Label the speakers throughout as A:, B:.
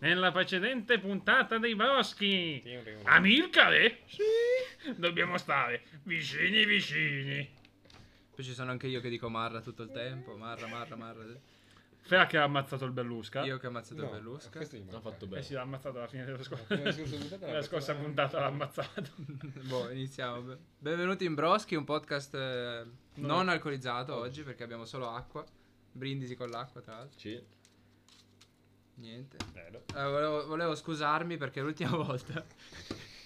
A: nella precedente puntata dei Boschi.
B: Sì, sì, sì.
A: Amilcare? Sì. Dobbiamo stare vicini vicini.
C: Poi ci sono anche io che dico Marra tutto il tempo. Marra, Marra, Marra.
A: Fra che ha ammazzato il Berlusca.
C: Io che ho ammazzato
B: No,
C: il Berlusca.
B: questo gli manca.
D: L'ha fatto
A: Eh
D: bene.
A: sì, l'ha ammazzato alla fine della scorsa.
B: Alla fine della scorsa puntata l'ha
A: La scorsa
B: ammazzato.
A: puntata l'ha ammazzato.
C: boh, iniziamo. Be- Benvenuti in Broschi, un podcast eh, non alcolizzato oggi perché abbiamo solo acqua. Brindisi con l'acqua, tra l'altro.
D: Sì.
C: Niente.
B: Bello.
C: Eh, volevo, volevo scusarmi perché l'ultima volta,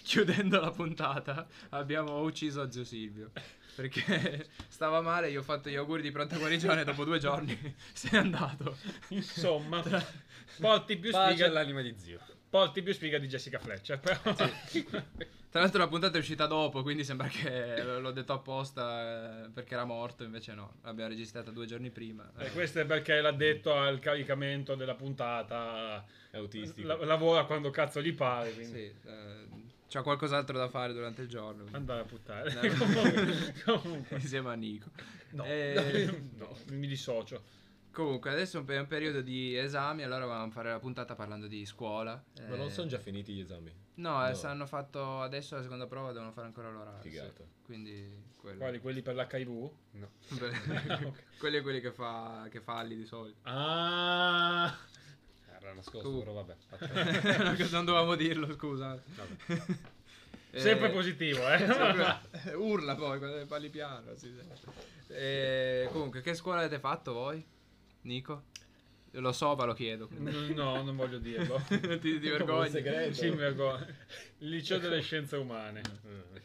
C: chiudendo la puntata, abbiamo ucciso zio Silvio. Perché stava male, gli ho fatto gli auguri di pronta guarigione. Dopo due giorni se n'è andato.
A: Insomma, porti più,
B: Pace
A: sfiga,
B: all'anima di zio.
A: porti più sfiga di Jessica Fletcher. Però.
C: Tra l'altro la puntata è uscita dopo, quindi sembra che l- l'ho detto apposta eh, perché era morto, invece no, l'abbiamo registrata due giorni prima.
A: Eh, questo è perché l'ha detto al caricamento della puntata.
D: È autistico.
A: La- lavora quando cazzo gli pare. Quindi.
C: Sì, eh, c'ha qualcos'altro da fare durante il giorno. quindi.
A: Andare a puttare.
C: No.
A: comunque, comunque.
C: Insieme a Nico.
A: No,
C: Eh,
A: no, mi dissocio.
C: Comunque, adesso è un pe- è un periodo di esami, allora volevamo fare la puntata parlando di scuola.
D: Ma
C: eh,
D: non sono già finiti gli esami.
C: No, eh,
D: no.
C: se hanno fatto adesso la seconda prova, devono fare ancora l'orario. sì.
D: Figata.
C: Quindi, quello.
A: Quali quelli per l'HIV? No.
C: quelli e quelli che fa, che fa Ali di solito.
A: Ah,
B: Era nascosto,
C: Tu.
B: però vabbè. facciamo.
C: non dovevamo dirlo, scusa. Eh,
A: sempre positivo, eh.
C: sempre- Urla poi quando parli piano. sì, sì. Eh, comunque, che scuola avete fatto voi, Nico? Lo so, ma lo chiedo. quindi.
A: No, non voglio dirlo.
C: ti, ti
D: Un
C: vergogni.
D: segreto.
A: Sì, mi vergogno. Il liceo delle scienze umane.
C: Mm.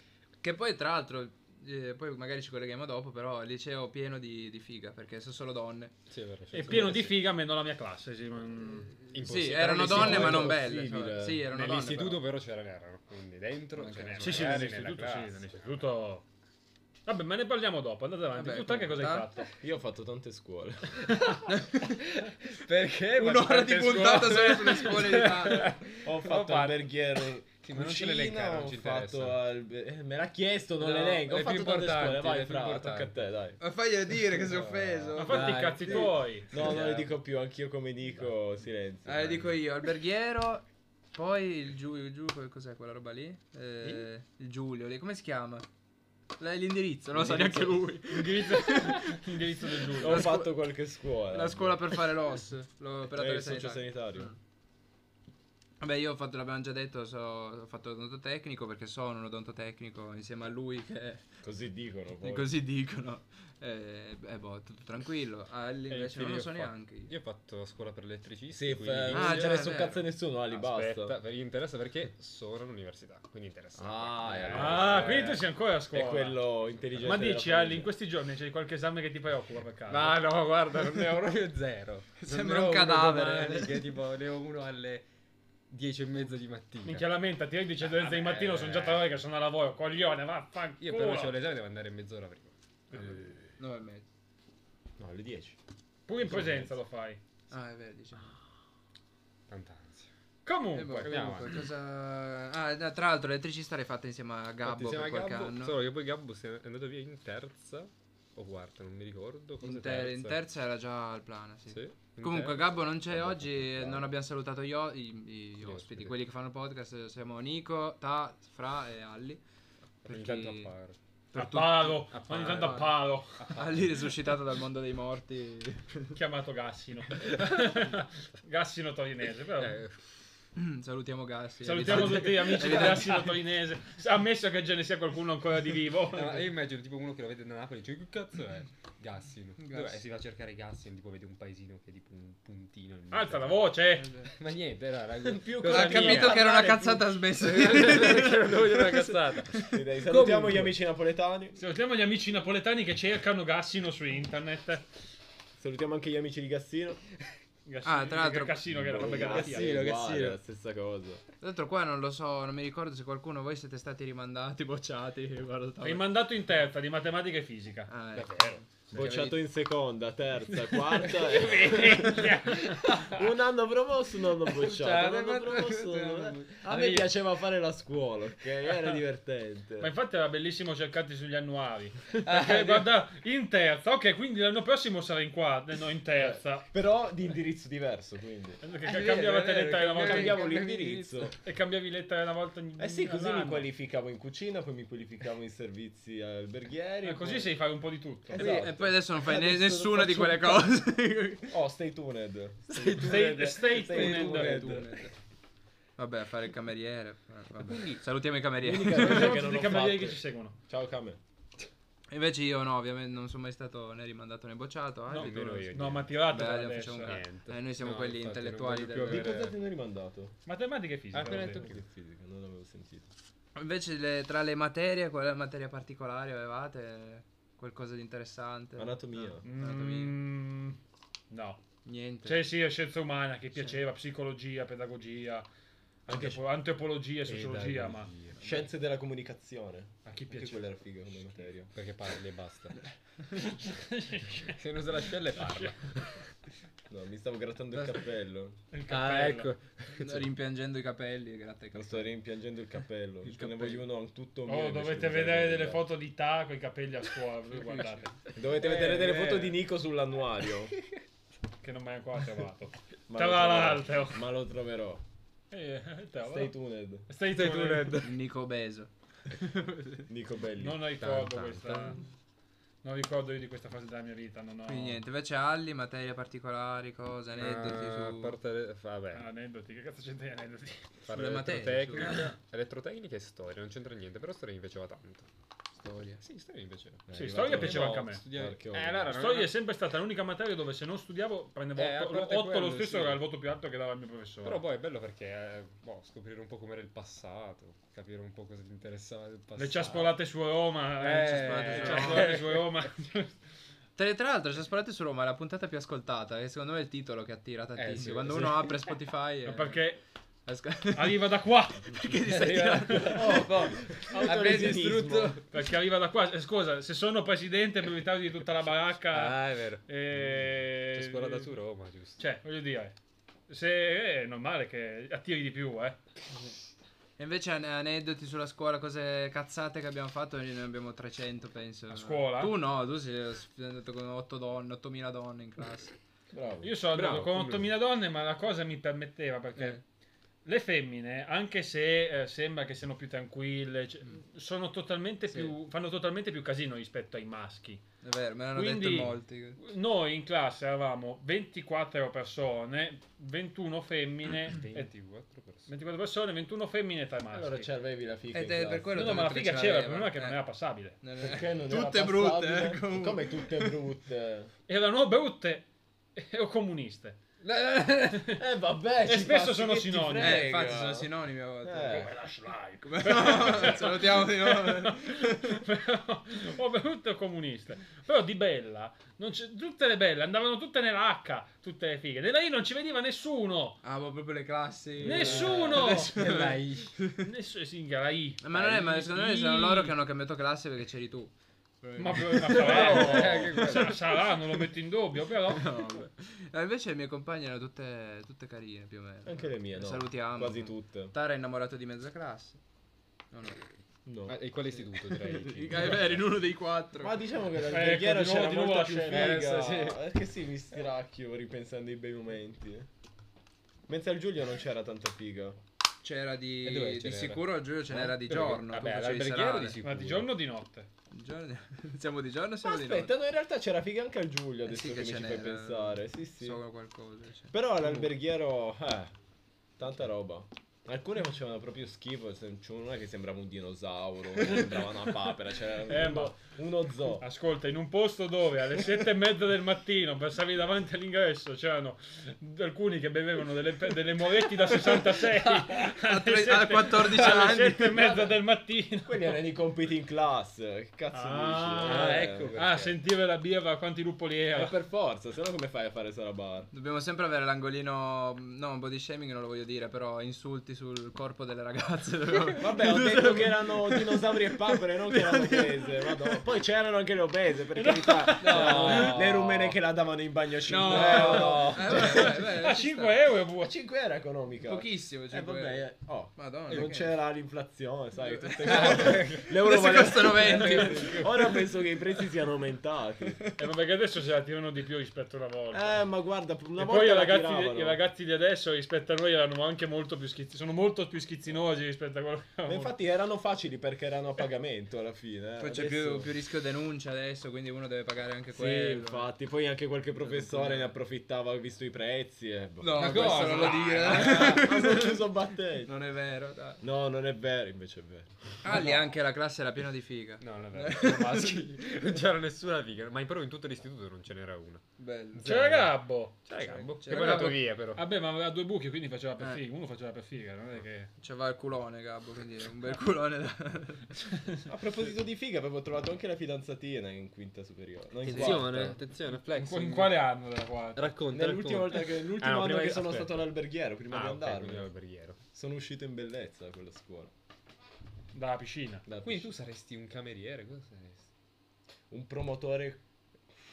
C: Che poi, tra l'altro, eh, poi magari ci colleghiamo dopo, però il liceo pieno di, di figa, perché sono solo donne.
D: Sì, vero,
A: È
D: sì.
A: pieno di figa, meno la mia classe. Sì, ma... mm.
C: Sì,
D: Impossibile.
C: erano
D: All'istituto
C: donne ma
D: è
C: non belle.
D: possibile.
C: cioè, sì, erano donne.
B: Nell'istituto
C: però.
B: però, c'era n'erano, quindi dentro
C: Ma che
B: c'erano.
A: Sì, sì, nell'istituto, sì, nell'istituto. Vabbè, ma ne parliamo dopo. Andate avanti.
C: Vabbè,
A: tu te che cosa hai
C: comunque,
A: fatto?
D: Io ho fatto tante scuole.
B: Perché?
C: Un'ora di puntata solo sulle scuole di Tana.
D: ho fatto
B: ma-
D: alberghiere.
B: Sì, ma non ce le elencare, non ci
D: ho fatto
B: interessa.
D: albe- eh, me l'ha chiesto, non
C: No,
D: le elenco. Ho
C: le più
D: fatto tante
C: importanti,
D: scuole. Vai,
C: le più
D: fra,
C: importanti.
D: tocca a te, dai.
C: Ma faglielo dire che sei
B: No.
C: offeso.
A: Ma fatti i
C: Dai,
A: cazzi
C: sì.
A: tuoi.
D: No, non le dico più, anch'io come dico, silenzio.
C: Ah, le dico io, alberghiero, poi il giù, il giù, quel- cos'è quella roba lì? Eh, il Giulio, lì, come si chiama? La- L'indirizzo, non lo sa neanche lui.
A: Indirizzo, indirizzo del giudice.
D: Ho
C: scu-
D: fatto qualche scuola.
C: La scuola per fare l'os, l'operatore
D: Eh, socio
C: sanitario.
D: sanitario.
C: Vabbè, io ho fatto, l'abbiamo già detto, so- ho fatto l'odontotecnico perché sono un odontotecnico insieme a lui che
D: Così dicono
B: boh.
D: poi.
C: così dicono. Eh, eh, boh, tutto tranquillo. Ali invece non lo so neanche io.
B: Eh, Io ho fatto scuola per elettricisti.
D: Sì, f-
B: quindi... eh,
D: non
C: Ah,
D: si
C: già,
D: è messo un
C: vero.
D: cazzo a nessuno, Ali,
B: Aspetta,
D: basta.
B: perché mi interessa perché sono all'università, quindi interessa.
D: Ah,
B: Eh,
D: è
A: Ah,
D: Eh,
A: quindi tu sei ancora a scuola.
D: È quello intelligente.
A: Ma
D: della
A: dici,
D: famiglia.
A: Ali, in questi giorni c'è qualche esame che ti preoccupa per caso?
B: Ma no, guarda, non ne ho proprio zero. Non
C: Sembra
B: ne ho
C: un
B: uno
C: cadavere.
B: domani, che tipo, ne ho uno alle 10 e mezza di mattina.
A: Minchia lamentati, io alle 10.30 di
B: Vabbè.
A: mattino sono già tre ore che sono a lavoro, coglione, vaffanculo.
B: Io però c'ho l'esame, devo andare mezz'ora prima.
C: No, è mezzo.
D: No, alle 10.
A: Pure in presenza lo fai.
C: Ah, è vero, diciamo.
B: Tanta ansia.
C: Eh, boh,
A: Comunque,
B: andiamo
C: comunque, cosa... Ah, no, tra l'altro l'elettricista l'hai fatta insieme a
B: Infatti,
C: Gabbo
B: insieme a
C: per qualche
B: Gabbo,
C: anno.
B: Solo che poi Gabbo si è andato via in terza o quarta, non mi ricordo. Forse
C: In, ter- in terza era già al plana, sì.
B: Sì, in
C: Comunque
B: terza.
C: Gabbo non c'è
B: Gabbo
C: oggi,
B: ha fatto il
C: non
B: plana.
C: abbiamo salutato io, i, i- gli
B: Gli
C: ospiti,
B: ospiti.
C: quelli che fanno il podcast, siamo Nico, Ta, Fra e Alli.
B: Ogni
C: perché-
B: tanto eh. appare.
C: Per
A: a
C: tutti-
A: palo,
B: a
A: ogni
B: palo.
A: tanto a palo,
C: Alli risuscitato dal mondo dei morti.
A: chiamato Gassino. Gassino torinese, però.
B: Eh,
C: Salutiamo Gassi.
A: Salutiamo
C: abitanti-
A: tutti gli amici di
C: abitanti-
A: Gassino torinese, ammesso che ce ne sia qualcuno ancora di vivo.
B: No, Eh, ma io immagino tipo uno che lo vede da Napoli e dice che cazzo è? Gassino. Dov'è? E si va a cercare Gassino, tipo vede un paesino che è tipo un puntino. in mezzo.
A: Alza la voce!
B: Ma niente, era raga.
D: Più
B: cosa
C: Ha
D: mia.
C: capito che era una
D: Parlare
C: cazzata smessa.
B: non devo dire una cazzata.
D: più. Sì, dai, Salutiamo
B: Comunque.
D: gli amici napoletani.
A: Salutiamo gli amici napoletani che cercano Gassino su internet.
D: Salutiamo anche gli amici di Gassino.
A: Gassino,
C: Ah, tra l'altro-
A: Gassino che era proprio
B: Gassino,
A: Galattia.
D: Uguale,
B: Gassino.
D: la stessa cosa.
C: Tra l'altro qua non lo so, non mi ricordo se qualcuno voi siete stati rimandati, bocciati, guarda,
A: Rimandato in terza di matematica e fisica.
C: Ah, ecco.
A: Davvero.
D: Bocciato
C: Cioè,
D: in seconda, terza, quarta. e- un anno promosso, un anno
A: Cioè,
D: bocciato. Un anno promosso, un anno-
A: eh,
D: A me piaceva fare la scuola, ok? Era divertente.
A: Ma infatti era bellissimo cercarti sugli annuari. Perché, guarda, in terza, ok, quindi l'anno prossimo sarà in quarta, no, in terza.
D: Eh, Però di indirizzo diverso, quindi.
A: Perché
C: È vero,
A: cambiavate
C: è vero,
A: lettera una volta
D: Cambiavo
C: cambiavi
D: l'indirizzo.
A: e cambiavi lettera una volta ogni
D: Eh sì, così mi
A: all'anno.
D: qualificavo in cucina, poi mi qualificavo in servizi alberghieri.
A: Eh, così
D: poi-
A: sai fare un po' di tutto.
D: Eh,
C: Sì,
D: Esatto.
C: E poi adesso non fai ne-
D: Adesso
C: nessuna di
D: faccio un
C: quelle
D: po'.
C: cose.
D: Oh, stay tuned.
C: Stay
A: tuned. Stay tuned.
C: Vabbè, fare il cameriere. eh, vabbè.
D: Quindi-
C: Salutiamo i camerieri.
D: L'unica cosa
A: Salutiamo
D: che non
A: Cioè, tutti i
D: ho
A: camerieri
D: fatto-
A: che ci seguono.
D: Ciao Kame.
C: Invece io no, ovviamente non sono mai stato né rimandato né bocciato. ah,
A: No,
C: anzi, tu
D: vero
C: non-
D: io.
A: No, ma
C: Beh,
A: tirate
C: abbiamo fatto un
A: adesso.
C: cazzo.
D: eh.
C: Eh, noi siamo
B: No,
C: quelli
B: infatti,
C: intellettuali.
B: non voglio
C: Del...
B: più
D: Di cosa
B: avere-
D: ti hanno rimandato?
A: Matematica e fisica.
B: Ah, appena
A: vabbè.
B: detto che-
D: fisica, non l'avevo sentito.
C: Invece le- tra le materie, quale materia particolare avevate? Qualcosa di interessante?
D: Anatomia.
C: No, anatomia.
A: Mm, no.
C: Niente.
A: Cioè sì, è scienza umana che piaceva, psicologia, pedagogia, anche Eh, po- antropologia,
B: eh,
A: sociologia, ma
D: Scienze della comunicazione.
A: a chi
D: Anche
A: piaceva?
D: quella era figa come materia.
B: Perché parli e basta. Se non usa l'ascella e parla.
D: No, mi stavo grattando il cappello.
A: Il cappello.
B: Ah, ecco.
C: Sto rimpiangendo i capelli, grazie.
D: Mi sto rimpiangendo il cappello.
C: Il
D: Ce ne
C: cappello.
D: vogliono un tutto mio.
A: Oh,
D: invece
A: dovete
D: di
A: vedere
D: fare
A: delle
D: quello.
A: foto di Ta con i capelli a scuola, voi guardate,
D: Dovete
B: Eh,
D: vedere delle
B: eh.
D: foto di Nico sull'annuario.
A: che non mi hai ancora trovato.
D: Ma
A: Tra
D: lo
A: l'altro.
D: troverò. Ma lo troverò.
A: Eh, te,
D: Stay
A: vabbè.
D: tuned.
A: Stay tuned.
C: Nico Beso.
D: Nico Belli.
A: Non ricordo
C: Tan, tan,
A: questa.
C: tan.
A: Non ricordo io di questa fase della mia vita. Non ho
C: Quindi niente, invece Alli, materie particolari, cose, aneddoti
B: Ah,
C: su...
B: porta le-
D: Ah,
B: Vabbè.
A: aneddoti. Che cazzo c'entra gli aneddoti?
B: Parla
C: Sulle materie,
B: elettrotecnica. Elettrotecnica e storia, non c'entra niente, però storia mi piaceva tanto.
C: Storia.
B: Sì, storia mi piaceva.
D: È
A: Sì,
D: arrivato-
A: storia piaceva
B: no,
A: anche a me.
B: studiare-
D: Archeologo.
B: Eh, allora,
A: La
B: non-
A: storia è sempre stata l'unica materia dove se non studiavo prendevo
B: Eh, a
A: 8,
B: parte
A: lo
B: quello,
A: stesso,
B: sì.
A: era il voto più alto che dava il mio professore.
B: Però poi è bello perché eh, boh, scoprire un po' com'era il passato, capire un po' cosa ti interessava del passato.
A: le ciaspolate su Roma,
B: Eh,
A: le ciaspolate
C: eh.
A: su- ciaspolate su Roma.
C: Tra, tra l'altro, se sparate su Roma è la puntata più ascoltata, che secondo me è il titolo che attira tantissimo.
B: sì,
C: Quando
B: sì.
C: uno apre Spotify...
B: Eh.
A: Ma
C: e-
A: perché
C: asco-
A: arriva da qua,
C: perché ti stai tirando? Oh, boh. Abbiamo
D: Autolesionismo.
C: distrutto...
A: perché arriva da qua. Eh, scusa, se sono presidente proprietario di tutta la baracca,
B: Ah, è vero.
A: eh,
B: Ciaspolata su Roma, giusto.
A: Cioè, voglio dire, se eh, è normale che attiri di più, eh.
C: E invece an- aneddoti sulla scuola, cose cazzate che abbiamo fatto, ne abbiamo 300 penso.
A: A scuola?
C: Tu no, tu sei sei andato con 8 donne, 8000 donne in classe.
D: Bravo.
A: Io sono andato
B: Bravo,
A: con
B: complimenti.
A: 8000 donne, ma la cosa mi permetteva perché
C: Eh.
A: le femmine, anche se eh, sembra che siano più tranquille, cioè, sono totalmente
C: Sì.
A: più, fanno totalmente più casino rispetto ai maschi.
C: È vero, me l'hanno
A: Quindi-
C: detto in molti.
A: Noi in classe eravamo 24 persone, 21 femmine, e-
B: 24 persone.
A: 24 persone, 21 femmine e 3 maschi.
D: Allora c'avevi la figa.
C: Ed
D: in
C: è Eh, per
D: classe.
C: cioè, quello-
A: No, no, ma la
C: Tutte
A: figa
C: ce
A: c'era, il
C: l'avevano,
A: problema è che non
C: eh.
A: era passabile.
C: Non è-
D: Perché non era
C: Tutte brutte,
D: passabile?
C: eh, comunque.
D: Come tutte brutte?
A: Erano brutte e- o comuniste.
D: Eh vabbè.
A: E
D: ci
A: spesso
D: passi,
A: sono
D: che ti
A: sinonimi.
D: frega.
C: Eh, infatti sono sinonimi a volte.
D: Eh.
A: Come la Schleich.
C: Salutiamo di nuovo.
A: Però, o brutto o comunista. Però di bella, non c'è- tutte le belle andavano tutte nell'H, tutte le fighe. Nella I non ci veniva nessuno.
C: Ah, ma proprio le classi. Eh,
A: Nessuno! Eh,
C: Nessuno.
A: Nessuno singa la I.
C: Ma non è, ma secondo me sono loro che
A: non
C: hanno cambiato classe perché c'eri tu.
A: Ma, ma
D: No,
A: sarà,
D: anche quello.
A: sa- sarà, non lo metto in dubbio, però.
C: Cioè, No, vabbè. Eh, invece le mie compagne erano tutte, tutte carine più o meno.
D: Anche le mie, no.
C: Salutiamo.
D: Quasi tutte.
C: Tara è innamorato di mezza classe. No, no.
D: No.
B: Ah, e quale istituto direi?
C: Eh, è vero, in uno dei quattro.
D: Ma diciamo che la
A: Ecco,
D: preghiera
A: di nuovo-
D: c'era
A: di nuovo
D: molta
A: la
D: diciamo, più
A: scena.
B: Eh,
D: figa.
B: sì, sì.
D: Perché sì, mi stiracchio ripensando ai bei momenti. Mentre al Giulio non c'era tanta figa.
C: C'era
B: E
C: di,
B: dove
C: di
B: c'era?
C: sicuro Giulio ce n'era di
B: Dove-
C: giorno. tu
B: Vabbè,
C: facevi
B: all'alberghiero
C: serale.
B: di sicuro.
A: Ma di giorno o di notte?
C: Di giorno- siamo di giorno o siamo di notte?
D: Aspetta, no, in realtà c'era figa anche al Giulio,
C: Eh
D: adesso
C: sì
D: che, mi
C: ce
D: ci fai
C: n'era.
D: pensare. Sì, sì.
C: So qualcosa. cioè.
D: Però all'alberghiero, eh, tanta roba. Alcune facevano proprio schifo, se- c'è una che sembrava un dinosauro, che sembrava una papera, c'era
A: Eh,
D: uno-
A: ma-
D: uno zoo.
A: Ascolta, in un posto dove alle sette e mezza del mattino passavi davanti all'ingresso c'erano alcuni che bevevano delle, pe- delle moretti da 66 alle
C: tre-
A: sette-
C: a 14
A: alle
C: anni.
A: 7 e mezza del mattino.
D: Quelli erano i compiti in classe, che cazzo
A: Ah,
D: dici?
B: ecco perché.
A: Ah, sentire la birra quanti lupoli
D: Eh,
A: era.
D: per forza, sennò come fai a fare solo bar?
C: Dobbiamo sempre avere l'angolino. No, body shaming non lo voglio dire, però insulti sul corpo delle ragazze. dovevamo-
D: Vabbè, ho detto che erano dinosauri e papere, non che erano obese. Madonna. Poi c'erano anche le obese, per carità. C'erano Le rumene che la davano in bagno a 5
C: No,
D: euro.
C: no. Eh, vabbè, vabbè, vabbè,
A: a
C: ci
A: 5 euro
D: A
A: buono.
D: 5 era economica.
C: Pochissimo,
D: Eh,
C: cinque
D: vabbè,
C: euro.
D: eh, oh,
C: Madonna,
D: non
C: che-
D: c'era l'inflazione, sai, tutte
C: Adesso costano 20.
D: Ora penso che i prezzi siano aumentati.
A: Eh, ma perché adesso se la tirano di più rispetto a una volta.
D: Eh, ma guarda, una
A: e
D: volta
A: poi i
D: la
A: ragazzi,
D: tiravano.
A: di, i ragazzi di adesso rispetto a noi erano anche molto più schizzi, sono molto più schizzinosi rispetto a quello che
D: Ma
A: avevamo.
D: infatti erano facili perché erano a pagamento alla fine. eh.
C: Poi c'è
D: Adesso-
C: più, più rischio denuncia adesso, quindi uno deve pagare anche
D: Sì,
C: quello.
D: infatti, poi anche qualche professore ne approfittava visto i prezzi e boh.
C: No,
A: Ma
C: questo
A: cosa?
C: non lo
D: Ah, hanno
C: dire.
D: chiuso battenti.
C: non è vero, dai.
D: No, non è vero, invece è vero.
C: Ah, lì anche la classe era piena di figa.
B: No, non è vero. sono maschi. non c'era nessuna figa, ma in proprio in tutto l'istituto non ce n'era una.
C: Bello.
D: Cioè,
A: C'era Gabbo.
B: C'era Gabbo.
C: C'era
B: Che poi è andato
A: Gabbo.
B: via, però.
A: Vabbè, ma aveva due buchi, quindi faceva per
C: Eh.
A: figa. Uno faceva per figa, non è che.
C: C'aveva il culone, Gabbo, quindi un bel culone da...
D: A proposito di figa, avevo trovato anche la fidanzatina in quinta superiore. No, in quarta.
B: attenzione,
A: In, qua- in quale anno della quarta?
B: Racconta,
D: Nell'ultima volta che, l'ultimo
B: Ah, no,
D: anno
B: prima
D: che
B: di-
D: sono
B: aspetta.
D: stato all'alberghiero, prima di
B: Ah, ok,
D: andarmene,
B: quindi alberghiero.
D: sono uscito in bellezza da quella scuola.
A: Dalla piscina.
D: Da-
B: Quindi tu saresti un cameriere, cosa saresti?
D: un promotore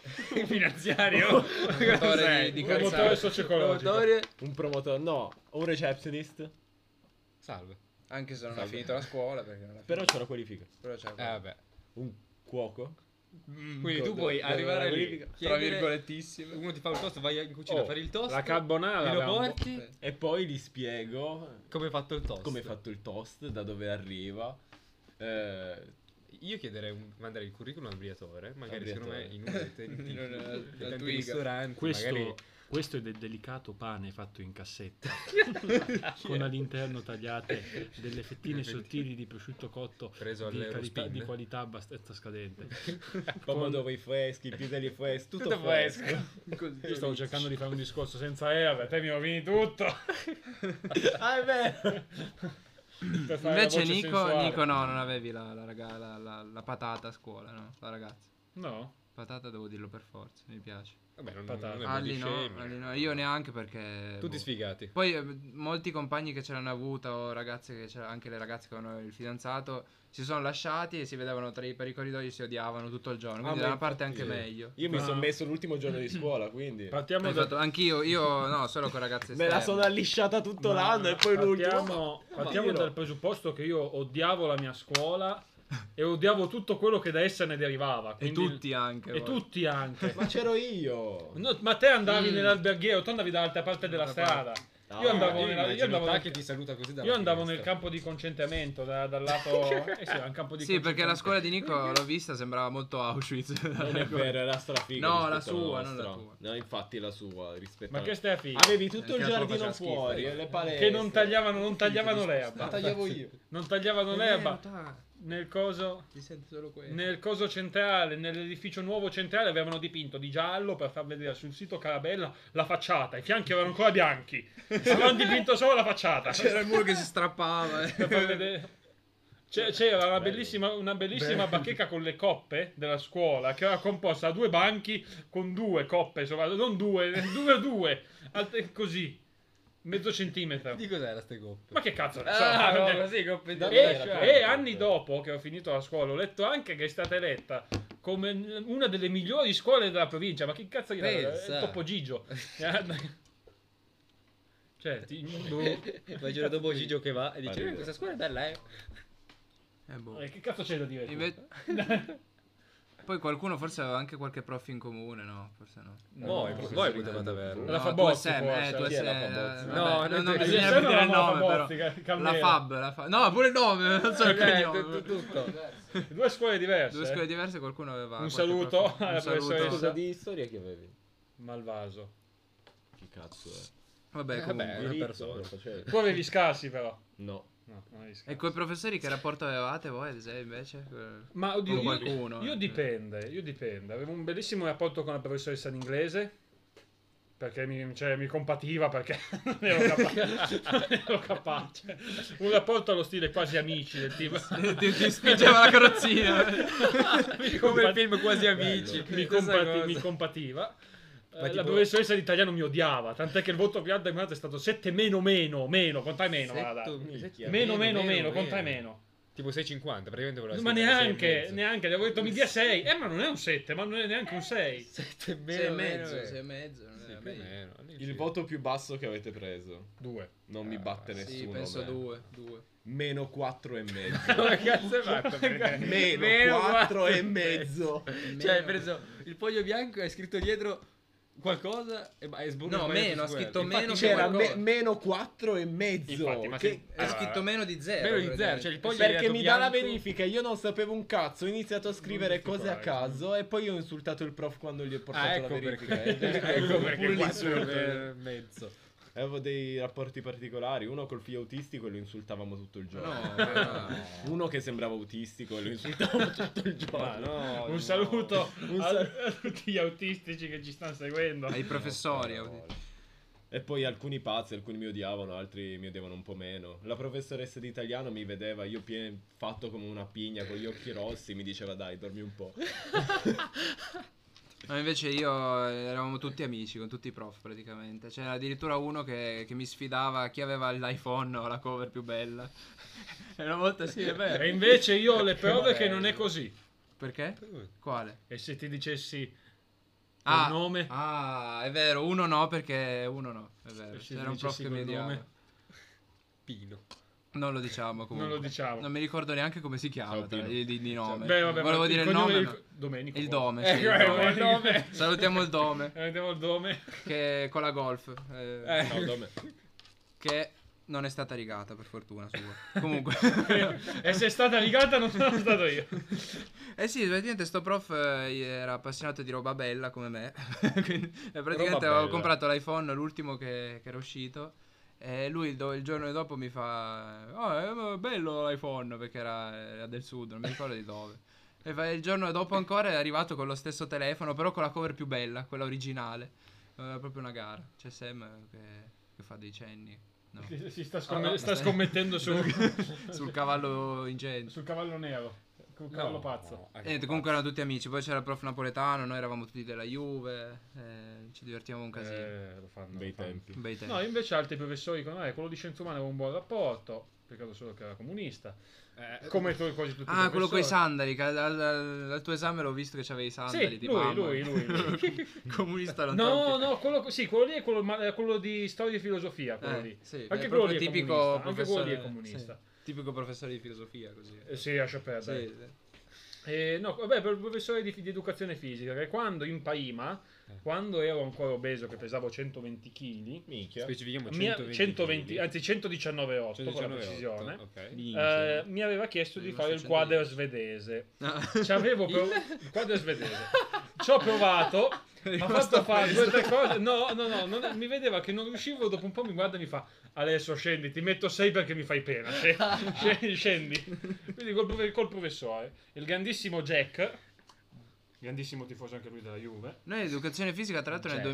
A: Finanziario.
C: Promotore di, di
A: Un
C: calzare.
A: promotore socioecologico.
C: Promotore,
D: un promotore no un receptionist
B: Salve. Eh,
C: Anche se non ha
D: Vabbè.
C: finito la scuola, perché non ha
D: però
C: finito.
D: c'era quelli figa
C: Però c'è...
B: Eh, vabbè.
D: un cuoco
B: Quindi tu puoi
D: dove-
B: arrivare
D: dove-
B: lì,
C: Tra
B: chiedere,
C: virgolettissime.
B: uno ti fa il toast, vai in cucina
D: Oh,
B: a fare il toast,
A: La carbonara.
B: glielo
A: avevamo-
B: porti,
C: Eh.
D: e poi gli spiego
B: come hai fatto il toast.
D: come è fatto il toast da dove arriva eh,
B: Io chiederei, un, manderei il curriculum all'abbiatore, magari secondo me in uno
C: Abbiatore.
B: dei tanti-
C: In una-
B: dei
C: la
B: tanti
C: Twiga.
B: ristoranti,
E: Questo,
B: magari...
E: questo è del delicato pane fatto in cassetta, con all'interno tagliate delle fettine sottili di prosciutto cotto
B: Preso
E: di,
B: all'Eurospin.
E: qualità, di qualità abbastanza scadente.
D: pomodori freschi piselli freschi tutto,
B: Tutto
D: fresco,
C: Così.
A: Io stavo cercando di fare un discorso senza Eva, te mi rovini tutto.
D: ah è vero
A: Per fare la
C: Invece
A: voce
C: Nico,
A: sensuale.
C: Nico no, non avevi la, la, raga- la- la- la patata a scuola, no? La ragazza.
A: No,
C: Patata devo dirlo per forza, mi piace.
B: Vabbè, non, non
A: Patata.
B: è
C: Ah, lì no,
B: antiscemico.
C: ah, lì no, io neanche perché...
B: Tutti
C: boh.
B: sfigati.
C: Poi eh, molti compagni che ce l'hanno avuta o ragazze che c'era, anche le ragazze che avevano il fidanzato si sono lasciati e si vedevano tra i, per i corridoi si odiavano tutto il giorno. Quindi
D: Ah,
C: da
D: ma
C: una parte è
D: infatti-
C: anche meglio.
D: io mi
A: Ma-
D: sono messo l'ultimo giorno di scuola quindi
A: partiamo
C: Hai
A: da...
C: fatto- anch'io, io no, solo con ragazze
D: me la
C: esterne.
D: sono allisciata tutto
A: Ma
D: l'anno e poi l'ultimo
A: partiamo, partiamo
D: io no.
A: dal presupposto che io odiavo la mia scuola e odiavo tutto quello che da essa ne derivava.
C: E
A: quindi-
C: tutti anche.
A: E
C: poi.
A: tutti anche.
D: ma c'ero io
A: No, ma te andavi
C: Mm.
A: nell'alberghiero, tu andavi dall'altra parte della strada.
C: Dall'altra
D: No,
A: Io andavo,
B: io
A: nella- io
B: immagino
A: andavo
B: ta
A: nel-
B: che ti saluta così dalla
A: io andavo nel
B: finestra.
A: campo di concentramento, da- dal lato... eh sì, era un campo di
C: Sì, perché la
A: concentramento.
C: scuola di Nico l'ho vista, sembrava molto Auschwitz. Ecco.
D: Non è vero, era strafiga.
C: No, la
D: rispetto alla
C: sua, non la
D: nostra.
C: tua.
D: No, infatti la sua rispetto
A: Ma
D: alla-
A: che stai a figlia?
D: Avevi tutto
C: Perché
D: il
C: la tua
D: giardino
C: faceva schifo,
D: fuori,
C: eh.
D: le palestre.
A: Che non tagliavano, non tagliavano
D: Ma
A: l'erba.
D: tagliavo io.
A: Non tagliavano l'erba.
C: l'erba.
A: Nel coso...
C: Eh, Ti sento solo quello.
A: Nel coso centrale, nell'edificio nuovo centrale avevano dipinto di giallo per far vedere sul sito Carabella la facciata, i fianchi erano ancora bianchi, avevano dipinto solo la facciata.
B: Cioè,
C: C'era il muro che si
B: ah,
C: strappava. eh.
A: Per far vedere- C'è- C'era una
D: Bello.
A: bellissima, una bellissima bacheca con le coppe della scuola che era composta da due banchi con due coppe, sopra- non due, due due, alte- così, mezzo centimetro.
B: Di cos'era ste coppe?
A: Ma che cazzo cioè, ne so?
B: Ah,
A: Vabbè.
B: no, così, coppe di-
D: Da-
A: E, cioè,
D: Davvero,
A: e
D: cavolo.
A: Eh, anni dopo che ho finito la scuola ho letto anche che è stata eletta come una delle migliori scuole della provincia. Ma che cazzo gli dà?
B: Pensa.
A: È Topo Gigio. cioè, ti-
B: Ma il giorno dopo Gigio che va e
D: Fa
B: dice
D: ridere.
B: "Eh, questa scuola è bella eh
C: Eh, boh.
A: eh, che cazzo c'è da dire? tu?
C: Inve- Poi qualcuno forse aveva anche qualche prof in comune, no? Forse no.
B: Voi,
D: no,
B: voi
D: sì,
B: potevate
D: no.
B: averlo
A: La
C: no,
A: Fabozzi,
C: tu e Sam,
A: forse.
C: eh, tu e
D: Chi è la
C: Sam,
D: Fabozzi?
C: eh,
B: No,
C: vabbè,
B: non
C: non
B: è-
C: bisogna
A: Sam
C: dire
A: era
C: il
A: la
C: nome, però.
A: Fabozzi, che-
C: La
A: Calmera.
C: Fab, la Fab. No, pure il nome, non so il
B: Eh,
C: cognome.
B: tu- tu- tutto.
A: Due scuole diverse.
C: Due scuole diverse, qualcuno aveva.
A: Un
C: qualche
A: saluto
C: prof-
A: alla
C: un saluto.
A: professoressa.
D: Scusa, di storia che avevi?
A: Malvaso.
D: Che cazzo è?
C: Vabbè,
B: Eh,
C: comunque.
B: vabbè. È una
D: Diritto,
B: persona.
D: lo facevi?
A: Tu avevi scarsi però.
D: No.
A: No, non avevi scarsi.
C: E coi professori che rapporto avevate voi, ad esempio, invece?
A: Ma oddio,
C: Con
A: io,
C: qualcuno,
A: io
C: eh.
A: dipende, io dipende. Avevo un bellissimo rapporto con la professoressa in inglese perché mi, cioè, mi compativa perché non ero, capace, non ero capace. Un rapporto allo stile quasi amici del tipo.
C: ti, ti spingeva la carrozzina.
A: Mi
B: Come
A: compa-
B: il film Quasi Amici
A: mi,
B: Stessa
A: compati-
B: cosa.
A: mi compativa. Eh, la professoressa di italiano mi odiava, tant'è che il voto più alto di Marzio è stato 7 meno meno, meno, con 3 meno, guarda.
B: Setto-
A: Meno,
B: minchia,
A: meno, meno, con 3
B: meno.
A: meno. Eh,
B: Tipo 6,50, praticamente voleva
A: ma
B: essere
A: neanche,
B: 6,5.
A: neanche, gli avevo detto mi dia 6. Eh, ma non è un 7, ma non è neanche un 6.
B: Sette meno,
C: Sei e
B: meno,
C: mezzo,
B: eh.
C: sei e mezzo. non
B: Sì,
C: era
B: più o
C: meglio.
B: meno, lì
D: Il
B: sì.
D: voto più basso che avete preso.
A: 2.
D: Non mi batte
B: Eh, sì,
D: nessuno.
C: Sì, penso
D: beh.
C: due, due.
D: Meno 4 e
B: Ma
D: mezzo.
B: che cazzo hai fatto? perché?
D: Meno,
C: Meno
D: 4
C: quattro
D: e
C: e
D: mezzo.
C: Meno-
B: Cioè, hai preso il foglio bianco e hai scritto dietro qualcosa e ba- hai sbagliato.
C: No, meno, ha scritto meno che
D: C'era me-
C: qualcosa.
D: meno 4 e mezzo.
B: Infatti, ma
D: che-
B: sì.
C: Ha scritto meno di zero.
B: Ah. Meno di zero,
C: praticamente.
B: cioè il foglio
D: Perché
B: era
D: mi dà
B: bianco.
D: la verifica, io non sapevo un cazzo, ho iniziato a scrivere
A: Non ti
D: cose a
A: fai.
D: caso e poi ho insultato il prof quando gli ho portato
B: Ah, ecco
D: la verifica.
B: perché. ecco
D: Pure
B: perché
D: l'insulto.
B: quattro e mezzo.
D: E Avevo dei rapporti particolari, uno col figlio autistico e lo insultavamo tutto il giorno.
C: No, ma no.
D: Uno che sembrava autistico e lo insultavamo tutto il
B: Ma
D: giorno.
B: no,
A: un
B: no.
A: saluto
D: Un
A: a,
D: sal-
A: a tutti gli autistici che ci stanno seguendo.
C: ai professori.
D: No, no. E poi alcuni pazzi, alcuni mi odiavano, altri mi odiavano un po' meno. La professoressa di italiano mi vedeva, io pie- fatto come una pigna con gli occhi rossi, mi diceva dai, dormi un po'.
C: No, invece io eh, eravamo tutti amici con tutti i prof praticamente. C'era addirittura uno che, che mi sfidava chi aveva l'iPhone o la cover più bella. e una volta sì, è
A: E
C: vero.
A: invece io ho le prove che
B: bello.
A: non è così.
C: Perché? Quale?
A: E se ti dicessi
C: Ah,
A: il nome?
C: Ah, è vero, uno no perché uno no, è vero.
A: E se
C: C'era un prof
A: dicessi
C: che mi
A: col
C: odiava.
A: nome?
B: Pino.
C: Non lo diciamo
A: Non
C: comunque.
A: lo diciamo. Cioè,
C: Non mi ricordo neanche come si chiama
D: Ciao,
C: tra-
D: Pino.
C: di, di- di nome.
A: Beh, vabbè,
C: Volevo
A: ma
C: dire il
A: cognome
C: nome.
A: di-
C: ma-
A: Domenico.
C: Il
A: buono.
C: Dome.
B: Eh,
C: sì, il
B: guarda,
C: Dome.
B: il nome.
C: Salutiamo il Dome
A: Eh, andiamo al Dome.
C: che con la golf. eh,
B: Eh.
D: No, dorme.
C: Che non è stata rigata per fortuna sua. Comunque.
A: e se è stata rigata non sono stato io.
C: Eh sì, praticamente sto prof eh, era appassionato di roba bella come me. Quindi, eh, praticamente avevo
D: bella.
C: comprato l'iPhone, l'ultimo che, che era uscito. E lui il, do- il giorno dopo mi fa: Oh, è ma bello l'iPhone perché era, era del sud, non mi ricordo di dove. E fa- il giorno dopo ancora è arrivato con lo stesso telefono, però con la cover più bella, quella originale. Era proprio una gara. C'è Sam che, che fa dei cenni. no,
A: Si, si sta, scomme-
C: Ah, no,
A: sta
C: stai-
A: scommettendo su-
C: sul cavallo incendio.
A: sul cavallo nero. Col cavallo pazzo.
B: Ah,
C: E niente,
B: che
C: Eh, comunque erano tutti amici, poi c'era il prof napoletano, noi eravamo tutti della Juve, eh, ci divertivamo un casino.
A: Eh, lo fanno,
D: Bei
A: lo fanno.
D: tempi.
C: Bei tempi.
A: No, invece altri professori con me, quello di scienze umane aveva un buon rapporto, peccato solo che era comunista.
B: pazzo. Eh,
A: Come tu- quasi tutti i
C: ah, quello con
A: professori.
C: i sandali, che al, al- al tuo esame l'ho visto che c'avevi i sandali
A: Sì,
C: di
A: lui,
C: mamma.
A: lui, lui, lui.
C: Comunista Eh, lontano
A: No,
C: che-
A: no, quello, sì, quello lì è quello, ma- quello di storia e filosofia, quello
C: Eh,
A: lì.
C: sì,
A: Anche
C: è
A: quello
C: proprio
A: lì è
C: tipico
A: comunista, anche quello
C: professore-
A: lì è comunista.
C: sì, tipico professore di filosofia così.
A: Eh, Sì, lascia perdere.
C: Sì, sì.
A: Eh, no, vabbè, per il professore di, di educazione fisica, che quando in Paima,
B: Eh.
A: quando ero ancora obeso, che pesavo 120 kg,
D: Minchia.
B: specifichiamo
A: 120,
B: 120.
A: anzi 119,8 per la
B: 119,
A: precisione,
B: Ok.
A: eh,
C: Minchia.
A: mi aveva chiesto di
C: È
A: fare il
C: rimasto
A: quadro
C: 120.
A: svedese.
C: Ah.
A: C'avevo pro-
C: Il-
A: il quadro svedese. Ci ho provato,
C: È
A: mi ha
C: rimasto
A: fatto fare
C: appeso.
A: queste cose. No, no, no, non- mi vedeva che non riuscivo, dopo un po' mi guarda e mi fa Adesso scendi, ti metto 6 perché mi fai pena. Sc- Scendi, scendi. Quindi col, prof- col professore, il grandissimo Jack, grandissimo tifoso anche lui della Juve.
C: Noi educazione fisica, tra l'altro, nel
A: Cioè.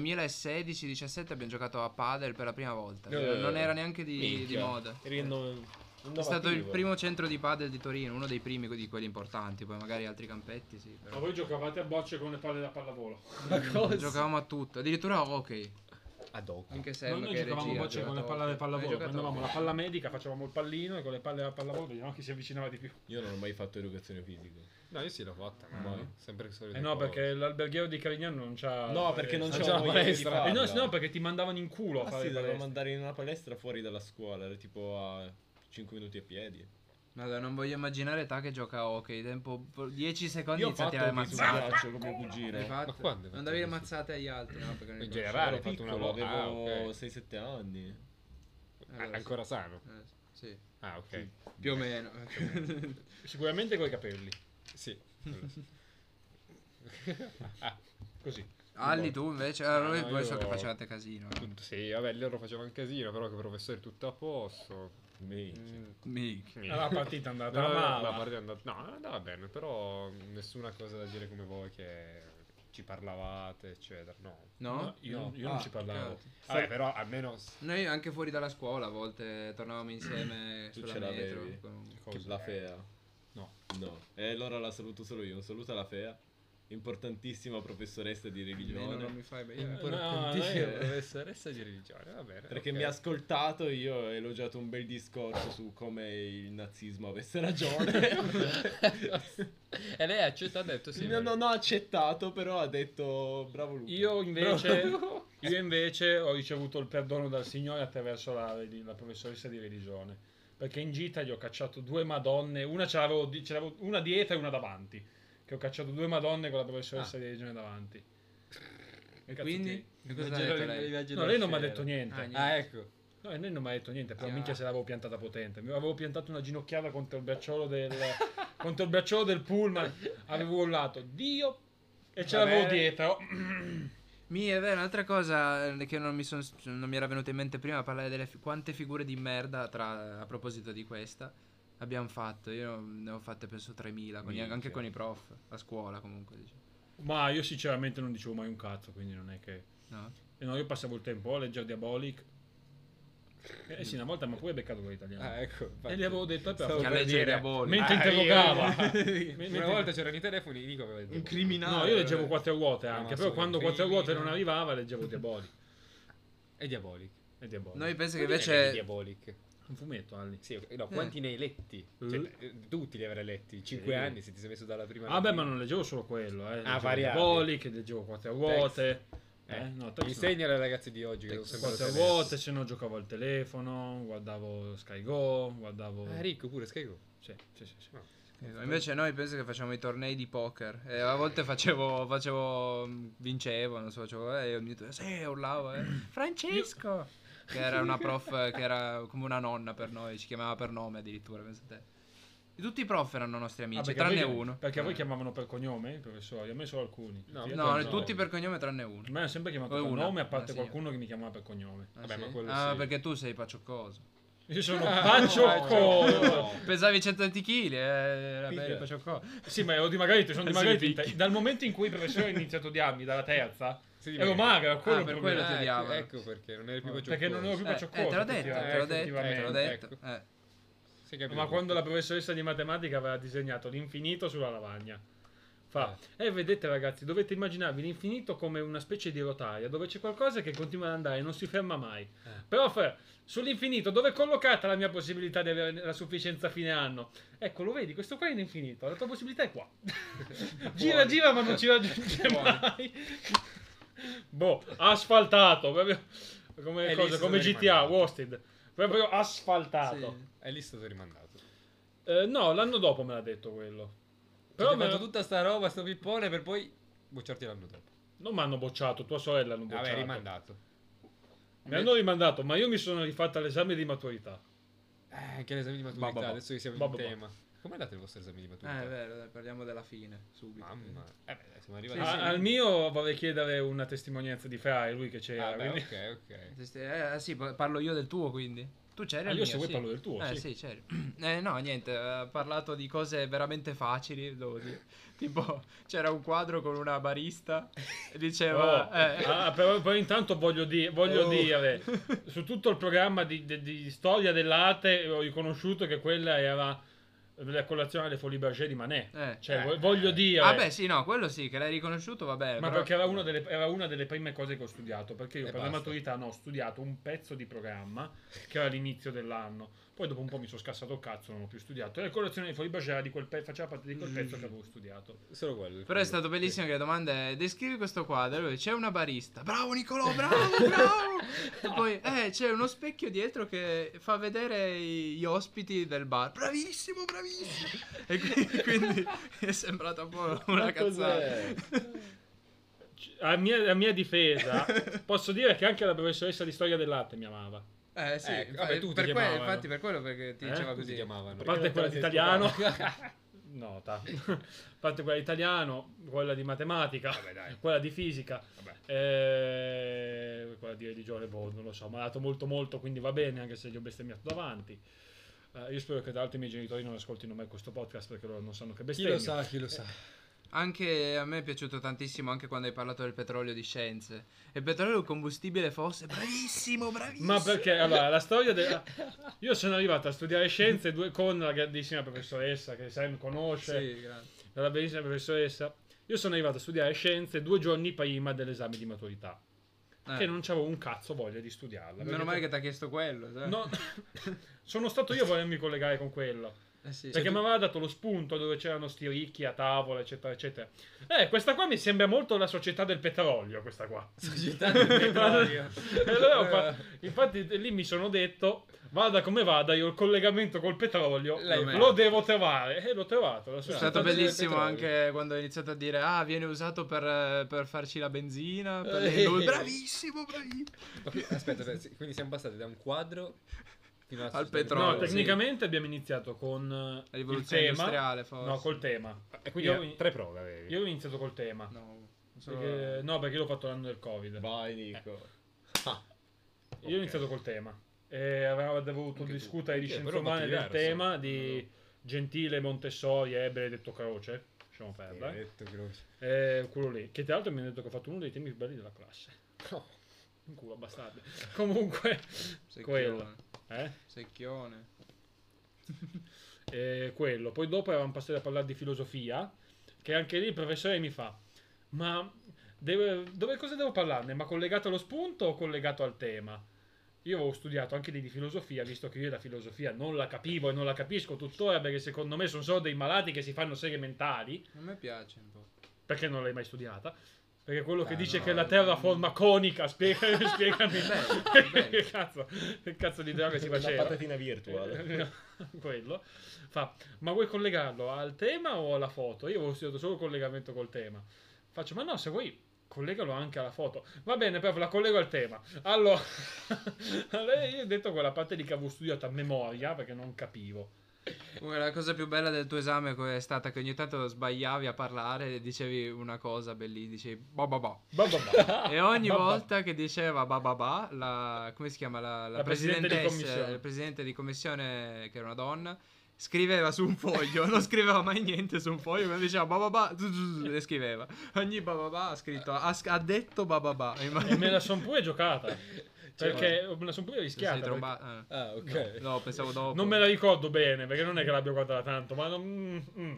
C: 2016-17 abbiamo giocato a padel per la prima volta.
D: Eh,
C: non era neanche di, di
D: minchia.
C: moda.
D: Rinno-
C: È stato il
D: innovativo.
C: primo centro di padel di Torino, uno dei primi di quelli importanti, poi magari altri campetti, sì.
A: Ma voi giocavate a bocce con le palle da pallavolo?
C: Però giocavamo a tutto, addirittura a hockey.
B: Ad hoc.
C: Anche se
A: noi giocavamo a bocce con le palle da pallavolo, prendevamo la palla medica, facevamo il pallino e con le palle da pallavolo vediamo chi si avvicinava di più.
D: Io non ho mai fatto educazione fisica.
B: No, io sì l'ho fatta, ma
D: Mai?
B: sempre il solito.
A: Eh no, perché l'alberghiero di Carignano non c'ha...
D: No, perché non
A: eh,
D: c'è
B: c'era
D: una
B: la
D: voglia di
B: palestra.
D: farla.
A: Eh no, se no, perché ti mandavano in culo a
D: Ah,
A: fare
D: sì,
A: le
D: dovevo
A: palestre.
D: mandare in una palestra fuori dalla scuola, era tipo a 5 minuti a piedi.
C: non voglio immaginare te che gioca a hockey, tempo 10 secondi
D: Io ho
C: iniziati
D: fatto
C: a
B: eh,
D: un
C: ammazzare.
D: misuraccio con mio cugino.
C: Hai fatto?
B: Ma quando hai
C: Non
B: fatto
C: davi le
B: questo?
C: mazzate agli altri, no? Perché non
B: In
C: li
B: generale,
D: Ero
B: hai fatto una
D: piccolo,
B: volta. Ah,
D: avevo
B: ok.
D: 6-7 anni.
C: conosci. Allora,
B: Ah, Ancora sano.
C: sì. Eh, sì,
B: Ah, ok.
C: più o meno.
A: Sicuramente con i capelli.
B: Sì.
A: Così.
C: Alli tu invece,
B: Ah,
C: allora, voi
B: no,
C: voi
B: io-
C: so che facevate casino. eh.
B: Tutto- sì, vabbè, loro facevano casino, però che professore tutto a posto.
D: Minchia.
C: Mica.
A: Eh, Ah, La partita è andata
B: No,
A: a
B: no,
A: mala.
B: la partita è andata- no, è andata bene, però nessuna cosa da dire come voi che ci parlavate, eccetera. No.
C: No?
A: Io,
B: No.
A: io non
C: Ah,
A: ci parlavo.
C: peccato.
B: Vabbè, però almeno s-
C: Noi anche fuori dalla scuola a volte tornavamo insieme
D: Tu
C: sulla
D: ce
C: metro.
D: l'avevi.
C: con-
D: Che-
B: cosa-
D: La fea.
B: No.
D: No. E allora la saluto solo io. Un saluto alla fea. importantissima professoressa di
C: Almeno non
D: religione.
C: mi fai eh. bene.
E: Importantissimo.
B: Importantissimo. professoressa di religione, va bene.
D: Perché
B: ok.
D: mi ha ascoltato e io ho elogiato un bel discorso su come il nazismo avesse ragione.
F: e lei ha accettato, ha detto sì.
D: non,
F: ma-
D: non ho accettato, però ha detto bravo Luca.
A: Io invece,
D: Bravo.
A: io invece ho ricevuto il perdono dal Signore attraverso la, la professoressa di religione. Perché in gita gli ho cacciato due madonne, una, ce l'avevo di- ce l'avevo- una dietro e una davanti. Che ho cacciato due madonne con la professoressa di religione davanti.
C: E
A: Cazzo
C: quindi? Che cosa ha
A: Leggero
C: detto
A: in-
C: lei?
A: No, lei non mi ha detto niente.
C: Ah, niente.
B: Ah, ecco.
A: No, e lei non mi ha detto niente, però
C: Ah.
A: minchia se l'avevo piantata potente. Mi avevo piantato una ginocchiata contro il bracciolo del, contro il bracciolo del pullman. Avevo urlato, Dio! E ce
C: Va
A: l'avevo
C: bene.
A: dietro.
C: Mi è vero, un'altra cosa eh, che non mi, son- non mi era venuta in mente prima, parlare delle fi- quante figure di merda tra- a proposito di questa abbiamo fatto. Io ne ho fatte penso 3000, con gli- anche
D: Minchia.
C: con i prof, a scuola comunque. diciamo.
A: Ma io sinceramente non dicevo mai un cazzo, quindi non è che...
C: No?
A: E no, io passavo il tempo a leggere Diabolic. Eh sì, una volta mi ha pure beccato con l'italiano.
B: Ah, ecco.
A: e gli avevo detto, eh, però...
B: Stavo
C: Che a leggere a voli.
A: mentre interrogava.
B: Una volta c'erano i telefoni, Nico aveva detto.
D: Un criminale.
A: No, io
C: eh.
A: leggevo quattro ruote anche,
B: Ah,
A: però
B: sì,
A: quando
B: quindi-
A: quattro ruote non arrivava leggevo Diabolic.
B: È Diabolic.
A: E Diabolic.
C: Noi penso che
B: È
C: invece...
B: Diabolic.
A: Un fumetto, Alli.
B: Sì, ok, no, quanti ne hai letti? Cioè, eh, tutti li avrai letti. 5
A: Sì.
B: anni se ti sei messo dalla prima.
A: Ah beh,
B: alla
A: ma non leggevo solo quello,
B: Ah,
A: eh. Leggevo
B: variabili.
A: Diabolic, leggevo quattro ruote.
B: fine.
A: Eh, no,
B: Mi
A: testo no.
B: insegna ai ragazzi di oggi che non sono
A: Quattro ruote, se no giocavo al telefono, guardavo Sky Go, guardavo...
B: Ah, ricco pure, Skygo.
A: Sì, sì, sì, sì.
C: Esatto. Invece noi penso che facciamo i tornei di poker. E a volte facevo, facevo mm, vincevo, non so, facevo, eh, e ogni tanto, sì, urlavo, eh, Francesco! Che era una prof eh, che era come una nonna per noi, ci chiamava per nome addirittura, pensa te. E tutti i prof erano nostri
A: Ah,
C: amici,
A: perché
C: tranne
A: voi-
C: uno. Eh.
A: Perché voi chiamavano per cognome i professori? A me solo alcuni.
B: Eh. No,
A: Tutti-
C: No,
B: no.
C: tutti per cognome tranne uno.
A: A me hanno sempre chiamato
C: Voi
A: per
C: una?
A: nome, a
C: Ah,
A: parte
C: sì.
A: qualcuno che mi chiamava per cognome.
C: Ah,
B: Vabbè,
C: sì?
B: ma quello
C: Ah,
B: sì.
C: perché tu sei pacioccoso.
A: Io sono
B: Ah,
A: paciocco!
C: Pesavi 100 kg, eh, era bello pacioccoso.
A: Sì, ma ero dimagrito, sono
E: Sì,
A: dimagrito. in
E: picchi.
A: te- Dal momento in cui il professore ha iniziato a odiarmi, dalla terza,
B: Sì,
A: ero magro, quello
C: Ah,
A: è il
C: per
A: problema.
C: quello ti odiavano.
B: Ecco perché non eri più
A: Ah, Perché non ero più
C: Eh, eh,
A: pacioccoso.
C: te l'ho detto, te l'ho detto, te l'ho
B: effettivamente,
C: detto.
B: ecco.
C: eh.
A: Ma quando la professoressa di matematica aveva disegnato l'infinito sulla lavagna, fa:
B: Eh.
A: E vedete, ragazzi, dovete immaginarvi l'infinito come una specie di rotaia dove c'è qualcosa che continua ad andare e non si ferma mai.
B: Eh.
A: Però, fa, sull'infinito, dove è collocata la mia possibilità di avere la sufficienza a fine anno? Ecco, lo vedi, questo qua è l'infinito, la tua possibilità è qua. gira, gira, ma non ci raggiunge mai. boh, asfaltato, proprio come,
B: E lì
A: cosa,
B: si
A: come
B: sono
A: GTA,
B: rimandati.
A: Wasted. Proprio asfaltato.
C: Sì.
B: E lì è stato rimandato.
A: Eh, no, l'anno dopo me l'ha detto quello. Però
B: Però ho
A: me
B: fatto
A: l'ha-
B: tutta sta roba, sto pippone, per poi bocciarti l'anno dopo.
A: non mi hanno bocciato, tua sorella hanno bocciato.
B: Vabbè, rimandato.
A: Mi hanno rimandato, ma io mi sono rifatta l'esame di maturità.
B: Eh, anche l'esame di maturità,
A: Bababà.
B: adesso che siamo
A: Bababà.
B: in tema. Com'è andato il vostro esame di
C: Eh,
B: maturità?
C: è vero, dai, parliamo della fine, subito.
B: Mamma. Eh, beh, dai, siamo
A: A-
B: arrivati.
A: Al mio vorrei chiedere una testimonianza di Ferrari, lui che c'era.
B: Ah, beh,
A: quindi-
B: ok, ok.
C: Sì, sì, Eh, sì, pa- parlo io del tuo quindi. Tu c'eri
A: Ah,
C: al
A: io
C: mio,
A: se vuoi
C: sì.
A: parlo del tuo,
C: Eh
A: sì.
C: sì, c'eri. Eh, no, niente, ha parlato di cose veramente facili, devo dire. Tipo, c'era un quadro con una barista e diceva...
A: Oh,
C: eh,
A: ah, però, però intanto voglio, di- voglio
C: Oh.
A: dire, su tutto il programma di, di- di storia dell'arte ho riconosciuto che quella era la colazione alle Folie Berger di Manet.
C: Eh.
A: Cioè,
B: Eh.
A: vo- voglio dire...
C: ah beh sì, no, quello sì, che l'hai riconosciuto, va bene.
A: Ma
C: Eh, però-
A: perché era una, delle, era una delle prime cose che ho studiato, perché io
B: E
A: per la
B: basta.
A: maturità no, ho studiato un pezzo di programma che era all'inizio dell'anno, poi dopo un po' mi sono scassato il cazzo, non ho più studiato, e la colazione di Folie Berger era di quel pe- faceva parte di quel pezzo che avevo studiato.
B: Solo quello.
C: Però è stato bellissimo che la domanda è descrivi questo quadro, lui, c'è una barista, bravo Nicolò, bravo, bravo! E poi eh, c'è uno specchio dietro che fa vedere i- gli ospiti del bar, bravissimo, bravissimo! E quindi, quindi è sembrata un po' una
D: Ma
C: cazzata.
D: cos'è?
A: C- A mia, a mia difesa, posso dire che anche la professoressa di storia dell'arte mi amava,
C: Eh sì,
B: Eh,
C: infa-
B: vabbè, tutti
C: per que-
B: chiamavano.
C: infatti per quello perché ti
A: Eh?
C: diceva
B: cioè, Tutti
C: così.
B: chiamavano.
A: a parte
D: non te la
A: quella di
D: sei
A: italiano, nota, a parte quella di italiano, quella di matematica,
B: Vabbè, dai.
A: quella di fisica,
B: Vabbè.
A: Eh, quella di religione, boh, non lo so, mi ha dato molto molto, quindi va bene, anche se gli ho bestemmiato davanti. Eh, io spero che tra l'altro i miei genitori non ascoltino mai questo podcast perché loro non sanno che
B: Chi
A: bestemmio.
B: lo sa, chi lo sa.
A: Eh.
C: Anche a me è piaciuto tantissimo anche quando hai parlato del petrolio di scienze. E il petrolio è un combustibile fosse, bravissimo, bravissimo!
A: Ma perché? Allora, la storia della... Io sono arrivato a studiare scienze due- con la grandissima professoressa che Sam conosce,
C: Sì, grazie.
A: la bellissima professoressa. Io sono arrivato a studiare scienze due giorni prima dell'esame di maturità.
C: Eh.
A: Che non avevo un cazzo voglia di studiarla.
C: Meno
A: perché-
C: male che ti ha chiesto quello. sai.
A: No, sono stato io a volermi collegare con quello.
C: Eh sì.
A: Perché
C: Cioè,
A: mi
C: tu-
A: aveva dato lo spunto dove c'erano sti ricchi a tavola, eccetera, eccetera. Eh, questa qua mi sembra molto la società del petrolio, questa qua.
C: Società del petrolio. Eh.
A: E allora ho fa- infatti lì mi sono detto, vada come vada, io il collegamento col petrolio
C: L'hai
A: lo
C: fatto.
A: devo trovare. E l'ho trovato. la
C: È
A: società
C: stato
A: del
C: bellissimo
A: petrolio.
C: anche quando hai iniziato a dire Ah, viene usato per, eh, per farci la benzina per le
D: Eh.
C: industrie." Bravissimo, bravissimo
B: Ok, aspetta, aspetta, sì, quindi siamo passati da un quadro fino alla
C: Al
B: società del
A: No,
C: petrolio,
B: petrolio.
A: tecnicamente abbiamo iniziato con eh,
C: La
A: il
C: rivoluzione
A: tema.
C: industriale forse
A: No, col tema.
B: E quindi
A: Io-
B: tre prove avevi.
A: Io ho iniziato col tema.
C: No, solo-
A: Perché- no, perché l'ho fatto l'anno del Covid.
D: Vai, Nico. Ah,
A: Io ho iniziato col tema. E avevamo dovuto
B: Anche tu.
A: discutere di
B: Sì,
A: scienze
B: però
A: umane
B: fatti
A: del
B: diverso.
A: tema di Gentile, Montessori e Benedetto Croce. Lasciamo perdere.
B: Benedetto Croce.
A: Eh, quello lì. Che tra l'altro mi hanno detto che ho fatto uno dei temi più belli della classe. Un culo bastardo. Comunque, quello.
C: Secchione
A: Eh?
C: Secchione
A: Eh, quello. Poi dopo eravamo passati a parlare di filosofia, che anche lì il professore mi fa, ma deve- dove cosa devo parlarne? Ma collegato allo spunto o collegato al tema? Io avevo studiato anche lì di filosofia, visto che io la filosofia non la capivo e non la capisco tuttora, perché secondo me sono solo dei malati che si fanno serie mentali,
C: A me piace un po'
A: perché non l'hai mai studiata. Perché quello che
C: Eh,
A: dice
C: no,
A: che la
C: eh,
A: Terra ha
C: no.
A: forma conica, spiega- spiegami.
C: Bello, bello.
A: che cazzo, che cazzo di idea che si
D: Una
A: faceva?
D: patatina virtuale.
A: Eh, quello fa ma vuoi collegarlo al tema o alla foto io avevo studiato solo il collegamento col tema faccio ma no se vuoi collegalo anche alla foto va bene però la collego al tema allora allora io ho detto quella parte lì che avevo studiato a memoria perché non capivo
C: Comunque la cosa più bella del tuo esame co- è stata che ogni tanto sbagliavi a parlare e dicevi una cosa bellissima Dicevi "Boh, ba ba ba
A: Ba, ba, ba.
C: E ogni
A: Ba, ba.
C: volta che diceva ba ba ba, la, come si chiama? La, la
A: La presidente di
C: presidentessa,
A: commissione.
C: il presidente di commissione, che era una donna, scriveva su un foglio, non scriveva mai niente su un foglio, quando diceva ba ba ba, zu, zu, zu, le scriveva. Ogni ba ba ba ha scritto, ha, ha detto ba ba ba.
A: e me la son pure giocata perché me la son pure
C: Cioè, sei
A: rischiata perché-
C: trombato. Ah,
B: Ah, ok.
C: No, pensavo dopo.
A: non me la ricordo bene perché non è che l'abbia guardata tanto ma non- mm, mm.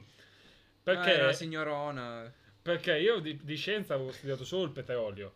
C: Ah, era la
A: perché
C: signorona.
A: Perché io di, di scienza avevo studiato solo il petrolio,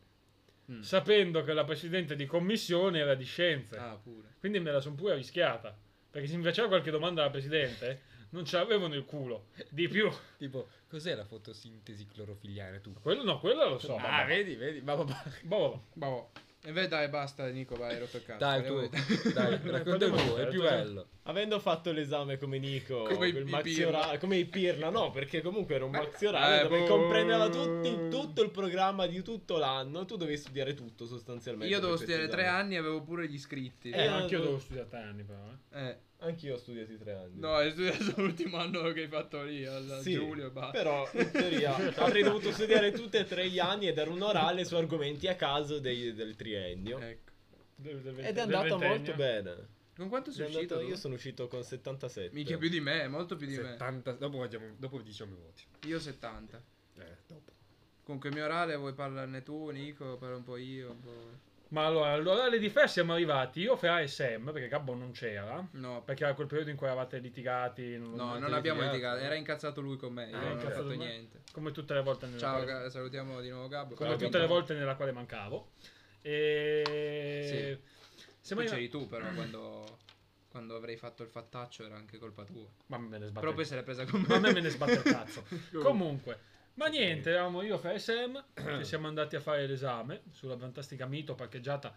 C: Mm.
A: sapendo che la presidente di commissione era di scienze,
C: Ah, pure.
A: quindi me la son pure rischiata. Perché se mi faceva qualche domanda alla presidente, non ce l'avevano il culo. Di più,
B: Tipo, cos'è la fotosintesi clorofilliana tu?
A: quello no, quello lo so.
B: ah,
A: vabbè.
B: vedi, vedi, ma vabbè.
A: Boh, boh,
C: Boh. E beh, dai, basta, Nico, vai, hai rotto il cazzo.
B: Dai,
C: Parliamo
B: tu,
C: di-
B: dai, racconta il tuo, è più bello.
D: Avendo fatto l'esame come Nico,
C: Come i-
D: quel
C: i
D: maxi
C: pirla.
D: orale- come i Pirla, no, perché comunque era un maxi orale
C: Eh,
D: dove
C: boh.
D: comprendeva tutti- tutto il programma di tutto l'anno. Tu dovevi studiare tutto sostanzialmente.
C: Io
D: per
C: dovevo
D: questo
C: studiare tre
D: esame.
C: anni e avevo pure gli iscritti.
A: Eh,
D: Eh,
A: anch'io
D: no.
A: devo studiare tre anni, però. eh.
C: Eh.
D: Anch'io ho studiato tre anni.
C: No, hai studiato l'ultimo anno che hai fatto lì al
D: Sì,
C: Giulio e basta.
D: Però in teoria avrei dovuto studiare tutti e tre gli anni ed era un orale su argomenti a caso dei- del triennio.
C: Ecco.
A: Del- del vente-
D: Ed è
A: del
D: andata
A: ventennio.
D: molto bene.
C: Con quanto
D: Sono
C: sei uscito?
D: andato-
C: tu?
D: io sono uscito con 77.
C: Minchia più di me, molto più di me.
B: 70, dopo, facciamo- dopo diciamo i voti.
C: Io 70.
B: Eh, dopo.
C: Comunque il mio orale vuoi parlarne tu, Nico, parlo un po' io, un po'...
A: Ma allora, all'orale di Fer siamo arrivati, io, Fra e Sam, perché Gabbo non c'era.
C: No,
A: Perché era quel periodo in cui eravate litigati.
C: no, non
A: avete
C: abbiamo litigato,
A: litigato,
C: era incazzato lui con me, io
A: Ah,
C: non ho
A: incazzato me.
C: fatto niente.
A: Come tutte le volte nella
C: Ciao,
A: quale-
C: Ga- salutiamo di nuovo Gabbo.
A: come
D: Ciao,
A: tutte
D: Gabbo.
A: le volte nella quale mancavo. E...
C: Tu
A: Siamo arriva-
C: c'eri tu però quando, quando avrei fatto il fattaccio era anche colpa tua.
A: Ma me ne sbatto.
C: Però poi
A: il-
C: se l'è presa con me.
A: Ma a me me ne sbatte il cazzo. Comunque. Ma niente, eravamo io fra e Sam che siamo andati a fare l'esame sulla fantastica mito parcheggiata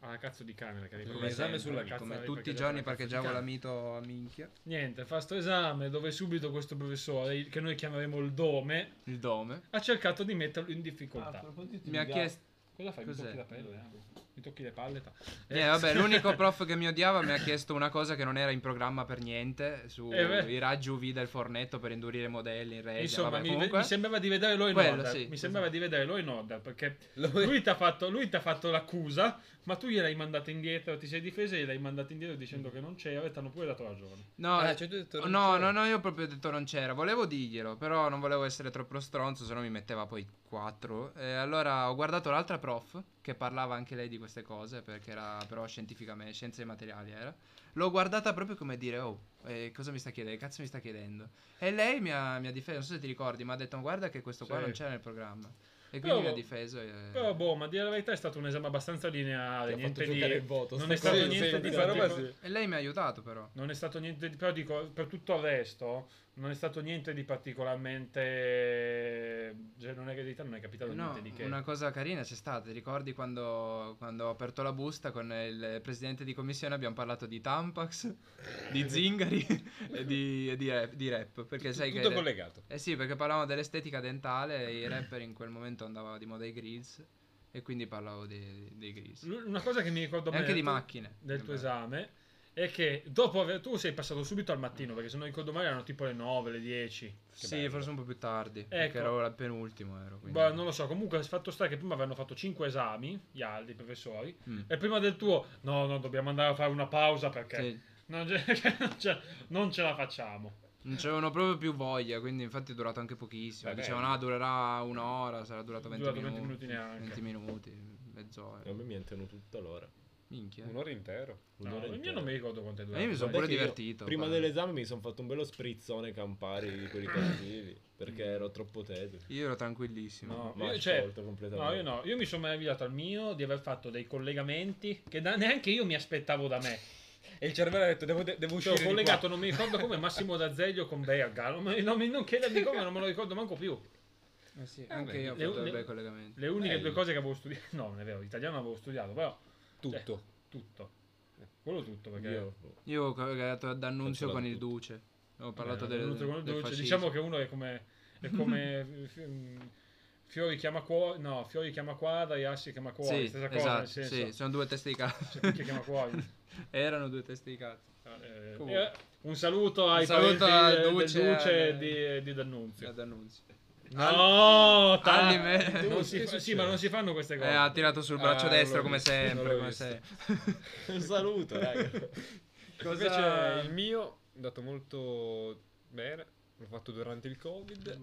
A: alla cazzo di camera che ricordo sempre,
B: L'esame sulla
A: la
B: mito,
A: cazzo
C: Come
A: di
C: tutti i
A: parcheggiata
C: giorni
A: alla cazzo di
C: parcheggiavo la
A: camera.
C: mito a minchia.
A: Niente, fa sto esame dove subito questo professore, il- che noi chiameremo il Dome,
C: Il dome.
A: ha cercato di metterlo in difficoltà.
C: Mi ha chiesto...
A: Cosa fai? Mi
C: Cos'è?
A: tocchi la pelle? eh? Mi tocchi le palle? ta-
C: Eh, vabbè, l'unico prof che mi odiava mi ha chiesto una cosa che non era in programma per niente sui
A: Eh, beh.
C: raggi UV del fornetto per indurire i modelli in regia.
A: Insomma,
C: Eh, vabbè,
A: mi,
C: comunque,
A: mi sembrava di vedere lui in
C: Quello,
A: order.
C: sì,
A: mi sembrava
C: esatto.
A: di vedere lui in order perché
B: Lo-
A: lui ti ha fatto, lui t'ha fatto l'accusa Ma tu gliel'hai mandata indietro, ti sei difesa e gliel'hai mandata indietro dicendo che non c'era e ti hanno pure dato ragione.
C: No, eh,
B: Ah, cioè tu hai detto non
C: Oh, no,
B: c'era.
C: no, no, io proprio ho detto non c'era. Volevo dirglielo, però non volevo essere troppo stronzo, se no mi metteva poi 4. E allora ho guardato l'altra prof che parlava anche lei di queste cose, perché era però scientificamente, scienze dei materiali era. L'ho guardata proprio come dire, oh, eh, cosa mi sta chiedendo? Che cazzo mi sta chiedendo? E lei mi ha, mi ha difeso, non so se ti ricordi, mi ha detto, guarda che questo qua
A: Sì.
C: non c'era nel programma. E
A: Però- boh,
C: quindi mi ha difeso. E...
A: Però boh, ma a dire la verità è stato un esame abbastanza lineare,
D: Ti ha
A: niente
D: fatto
A: di...
D: giocare il voto,
A: non
D: sta
A: è stato
D: cosa.
A: niente
D: Sì,
A: di...
D: sì, sta roba
A: tipo-
D: sì.
C: E lei mi ha aiutato però.
A: Non è stato niente di... Però dico, per tutto il resto, non è stato niente di particolarmente... Cioè, non è che di te non è capitato
C: Eh, No,
A: niente di che.
C: una cosa carina c'è stata, ti ricordi quando, quando ho aperto la busta con il presidente di commissione abbiamo parlato di Tampax, di Zingari e di, e di rap, di rap, perché sai
B: Tutto
C: che...
B: collegato.
C: eh sì, perché parlavamo dell'estetica dentale e i rapper in quel momento andava di moda i grills e quindi parlavo dei, dei grills.
A: L- Una cosa che mi ricordo
C: E
A: bene
C: anche di
A: Mm, del tuo-
C: macchine.
A: del tuo esatto.
C: Eh,
A: esame è che dopo aver- tu sei passato subito al mattino, perché se non ricordo male erano tipo le 9, le 10.
C: Sì, forse un po' più tardi,
A: Ecco.
C: perché ero la penultimo ero. Quindi...
A: Boh, non lo so, comunque il fatto sta che prima avevano fatto 5 esami, gli altri i professori,
C: Mm.
A: e prima del tuo, no, no, dobbiamo andare a fare una pausa perché
C: Sì,
A: non, ce, non ce- non ce la facciamo.
C: non c'avevano proprio più voglia, quindi infatti è durato anche pochissimo.
B: Vabbè.
C: Dicevano, ah, durerà un'ora, sarà durato 20
A: Durato
C: minuti.
A: 20 minuti neanche.
C: 20 minuti, mezz'ora.
D: A me mi entrano tutta l'ora.
C: Minchia.
B: Un'ora intero.
A: No,
D: Un'ora
A: io
D: intera.
A: non mi ricordo quanto è
C: Ma Eh, io mi sono
A: durato.
C: pure
D: Guardate che io
C: divertito,
D: Prima
C: guarda.
D: dell'esame mi sono fatto un bello sprizzone campari di quelli cattivi. perché ero troppo teso.
C: Io ero tranquillissimo.
A: No,
D: Ma
A: io,
D: ho
A: cioè,
D: sciolto
A: no,
D: completamente.
A: io no, io mi sono meravigliato al mio di aver fatto dei collegamenti che da- neanche io mi aspettavo da me.
B: E il cervello ha detto devo, de- devo
A: Cioè,
B: uscire
A: ho
B: di
A: collegato,
B: qua.
A: non mi ricordo come Massimo D'Azeglio con Berga. Non, mi- non mi- non chiedermi come, non me lo ricordo manco più.
C: Eh Anche io ho
A: Eh, le-
C: fatto dei
A: le-
C: bei collegamenti.
A: Le uniche
B: Bello.
A: due cose che avevo studiato, no, non è vero, l'italiano avevo studiato, però
B: Tutto.
A: tutto. Quello tutto perché
D: Io-
C: Io ho collegato ad annunzio
D: Cancellavo
C: con il
D: tutto.
C: duce. Ho parlato
A: Eh,
C: del,
A: venuto con il
C: del
A: dolce.
C: fascismo.
A: Diciamo che uno è come, è come fi- mm, Fiori chiama cuori, no, Fiori chiama quadri, Assi chiama cuori,
C: Sì,
A: stessa cosa,
C: esatto,
A: nel senso.
C: sì, sono due teste di cazzo.
A: Cioè, chi chiama cuori?
C: Erano due teste di cazzo.
A: Eh,
C: Comunque.
A: eh, un saluto ai
C: Un saluto
A: parenti del-
C: al Duce, eh,
A: del Duce
C: al-
A: di, di D'Annunzio.
C: Ad annunzio.
A: No, ta-
C: Ah, Anime.
A: non
B: Duce,
A: si
B: che
A: fa- sì,
B: succede?
A: ma non si fanno queste cose.
C: Eh, ha tirato sul braccio
B: Ah, non
C: destro
B: l'ho
C: come
B: visto, non
C: sempre.
B: l'ho
C: Come
B: visto.
C: sempre.
D: Un saluto, raga.
C: Cosa-
B: Invece il mio è andato molto bene. L'ho fatto durante il Covid.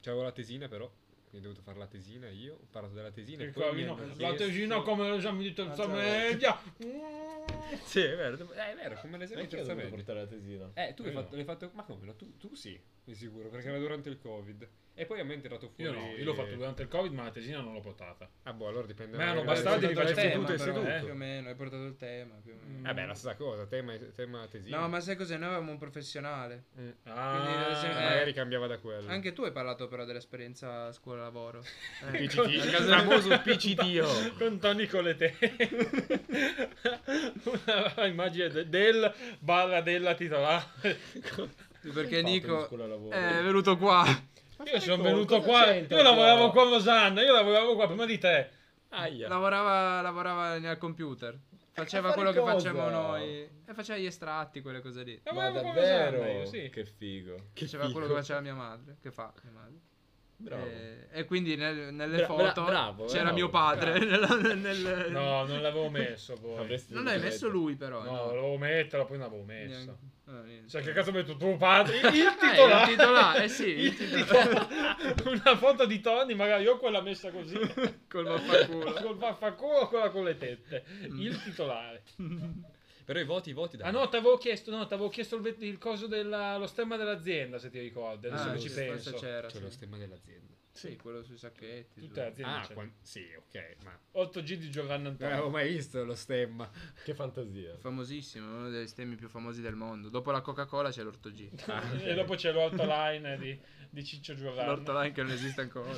B: C'avevo la tesina però, quindi ho dovuto fare la tesina io, ho parlato della tesina e
A: Il
B: poi mi
A: Corino,
B: hanno
A: la
B: chiesto-
A: tesina come l'esame di terza
C: Alza-
A: media.
B: Sì, è vero, devo- eh, è vero, come l'esame
D: Perché
B: di
D: ho
B: terza media.
D: dovuto portare la tesina?
B: Eh, tu l'hai
A: Io no.
B: fatto, l'hai fatto, ma come no? Tu, tu sì, di sicuro, perché era durante il Covid. E poi a me è tirato
A: Io
B: fuori...
A: no, io l'ho fatto durante il covid ma la tesina non l'ho portata.
B: Ah boh, allora dipende...
A: Ma
D: Eh,
A: erano
B: magari-
A: bastardi,
B: dipende
A: mi
B: dal
A: faccio
B: tema,
A: seduto e
B: però, eh.
A: seduto.
C: Più o meno, hai portato il tema. Più o
A: eh.
D: Mm.
C: meno.
B: Vabbè, la stessa cosa, tema, tema tesina.
C: No, ma sai cos'è? Noi avevamo un professionale.
B: Mm.
A: Ah,
C: se-
B: Eh, magari cambiava da quello.
C: Anche tu hai parlato però dell'esperienza scuola-lavoro. Eh.
B: PCT.
A: Il
B: Il
D: famoso PCTO.
A: con Tony Colete una immagine de- del barra della titolare
C: Perché Nico
D: Scuola lavoro.
C: è venuto qua.
A: io sono
D: co-
A: venuto
D: cosa
A: qua
D: c'entra,
A: io lavoravo
D: però?
A: qua a Rosanna io lavoravo qua prima di te
D: Aia.
C: Lavorava, lavorava nel computer. Faceva
D: fare
C: quello che
D: cosa?
C: facevamo noi. E faceva gli estratti, quelle cose lì.
D: Ma
A: lavoravo qua a
D: davvero?
A: Rosanna io sì
D: Che figo. Che
C: Faceva
D: figo.
C: quello che faceva mia madre. Che fa mia madre.
D: Bravo.
C: E, e quindi nel- nelle
D: Bra- bra-
C: foto
D: bravo, eh,
C: c'era
D: bravo.
C: mio padre. nel- nel-
A: no non l'avevo messo poi
D: Avresti
C: Non l'hai
D: dovuto
C: messo
D: mettere.
C: lui però.
A: no volevo metterla poi non l'avevo messo
C: Neanche- ah, niente.
A: cioè che cazzo ho metto tuo padre il
C: Eh,
A: titolare
C: il titolare, eh sì, il
A: Il titolare. una foto di Tony magari io quella messa così
C: Col vaffanculo.
A: col vaffanculo quella con le tette il titolare
B: Però i voti, i voti da...
A: Ah no, ti avevo chiesto, no, t'avevo chiesto il, vet- il coso della, lo stemma dell'azienda, se ti ricordi, adesso
C: Ah,
A: che
C: sì,
A: ci
C: forse
A: penso.
C: c'era.
B: C'è
C: sì.
B: lo stemma dell'azienda.
C: Sì, quello sui sacchetti.
A: Tutte le
C: su-
A: aziende
B: ah,
A: c'è.
B: quan- sì, ok, ma...
A: 8G di Giovanni
B: Non
A: Antonio.
B: avevo mai visto lo stemma.
D: Che fantasia.
C: Famosissimo, uno dei stemmi più famosi del mondo. Dopo la Coca-Cola c'è l'ortogì.
A: e dopo c'è l'hotline di, di Ciccio Giovanni.
C: L'ortolano che non esiste ancora.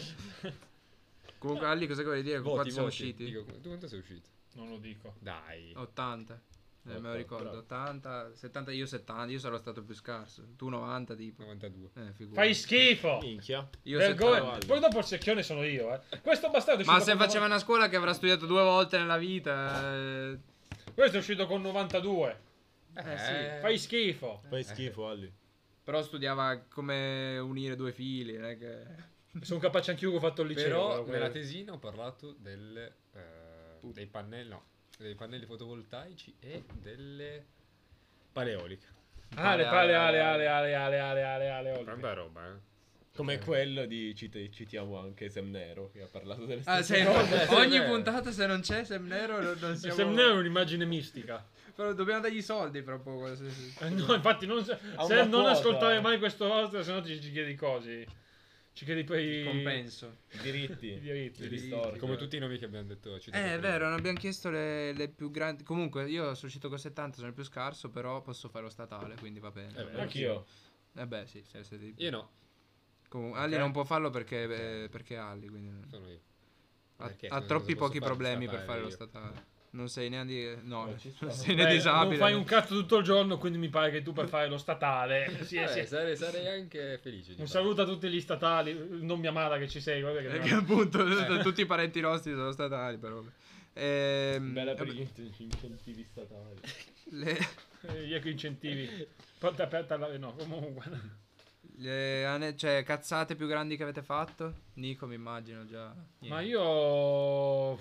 C: Comunque, Ali, cosa vuoi dire? Con
D: Voti,
C: quanti siamo
D: voti.
C: usciti? Oh.
B: Dico, tu quanto sei uscito?
A: Non lo dico.
B: Dai.
C: 80. Eh, me lo
D: Ottanta,
C: ricordo.
D: bravo.
C: 80, 70, io 70, io sarò stato più scarso. Tu 90 tipo.
B: 92.
C: Eh, figurati.
A: Fai schifo!
D: Minchia.
C: Io
A: Vergogna.
C: 70.
A: Poi dopo il secchione sono io, eh. Questo bastardo è
C: Ma
A: uscito
C: se
A: con
C: faceva una scuola che avrà studiato due volte nella vita... Eh,
A: Questo è uscito con 92.
C: eh, sì.
A: Fai schifo.
C: Eh.
D: Fai schifo, Ali.
C: Però studiava come unire due fili, non è che...
A: Sono capace anch'io che ho fatto il liceo.
B: Però
A: guarda,
B: nella
A: guarda.
B: tesina ho parlato del... eh,
C: puttana.
B: dei pannelli, no, dei pannelli fotovoltaici e delle paleoliche.
A: Ah, le pale, ale, ale, ale, ale, ale, ale, ale, ole.
B: Tanta roba, eh.
D: Come quello di cit- citiamo anche Semnero che ha parlato delle
C: Ah,
D: stesse
C: sempre.
D: cose.
C: Ogni
B: vero.
C: puntata se non c'è Sam Nero non, non siamo...
A: Sam Neill è un'immagine mistica.
C: Però dobbiamo dargli i soldi però poco. se- se-
A: Eh, No, infatti, non, se
D: Ha
A: se
D: una
A: non
D: quota.
A: ascoltare mai questo host, se no ci, ci chiedi cose. Ci chiedi
B: Eh,
A: poi
C: Il compenso.
A: i
D: Diritti.
A: diritti.
D: I ristori.
B: Come tutti i nomi che abbiamo detto. citato
C: Eh, è
B: prima.
C: vero, non abbiamo chiesto le, le più grandi. Comunque, io sono uscito con 70, sono il più scarso, però posso fare lo statale, quindi va bene.
B: Eh, beh.
D: Anch'io.
C: Eh beh, sì, se siete di più.
B: Io no,
C: Comunque, Ali
A: Ok.
C: non può farlo perché, eh, perché è Ali, quindi non-
B: sono io.
C: ha,
B: Perché
C: ha
B: se non
C: troppi
B: posso
C: pochi
B: fare lo
C: problemi per
B: statale
C: fare lo
B: io.
C: statale. Non sei neanche. No,
D: Eh, ci sta.
C: non sei né
A: Beh,
C: disabile.
A: non fai
C: né-
A: un cazzo tutto il giorno, quindi mi pare che tu per fare lo statale. Sì,
B: Vabbè,
A: sì.
B: Eh, sarei, sarei anche felice. Di
A: Un
B: farlo.
A: saluto a tutti gli statali, non mia amata che ci segue. Perché
C: Perché appunto tutti i parenti nostri sono statali, però. Ehm,
D: Bella per
C: vabbè,
D: gli int- incentivi statali.
C: le,
A: Eh, Gli eco incentivi. Porta aperta la... No, comunque.
C: le ane- cioè, cazzate più grandi che avete fatto? Nico, mi immagino già.
A: Ma io,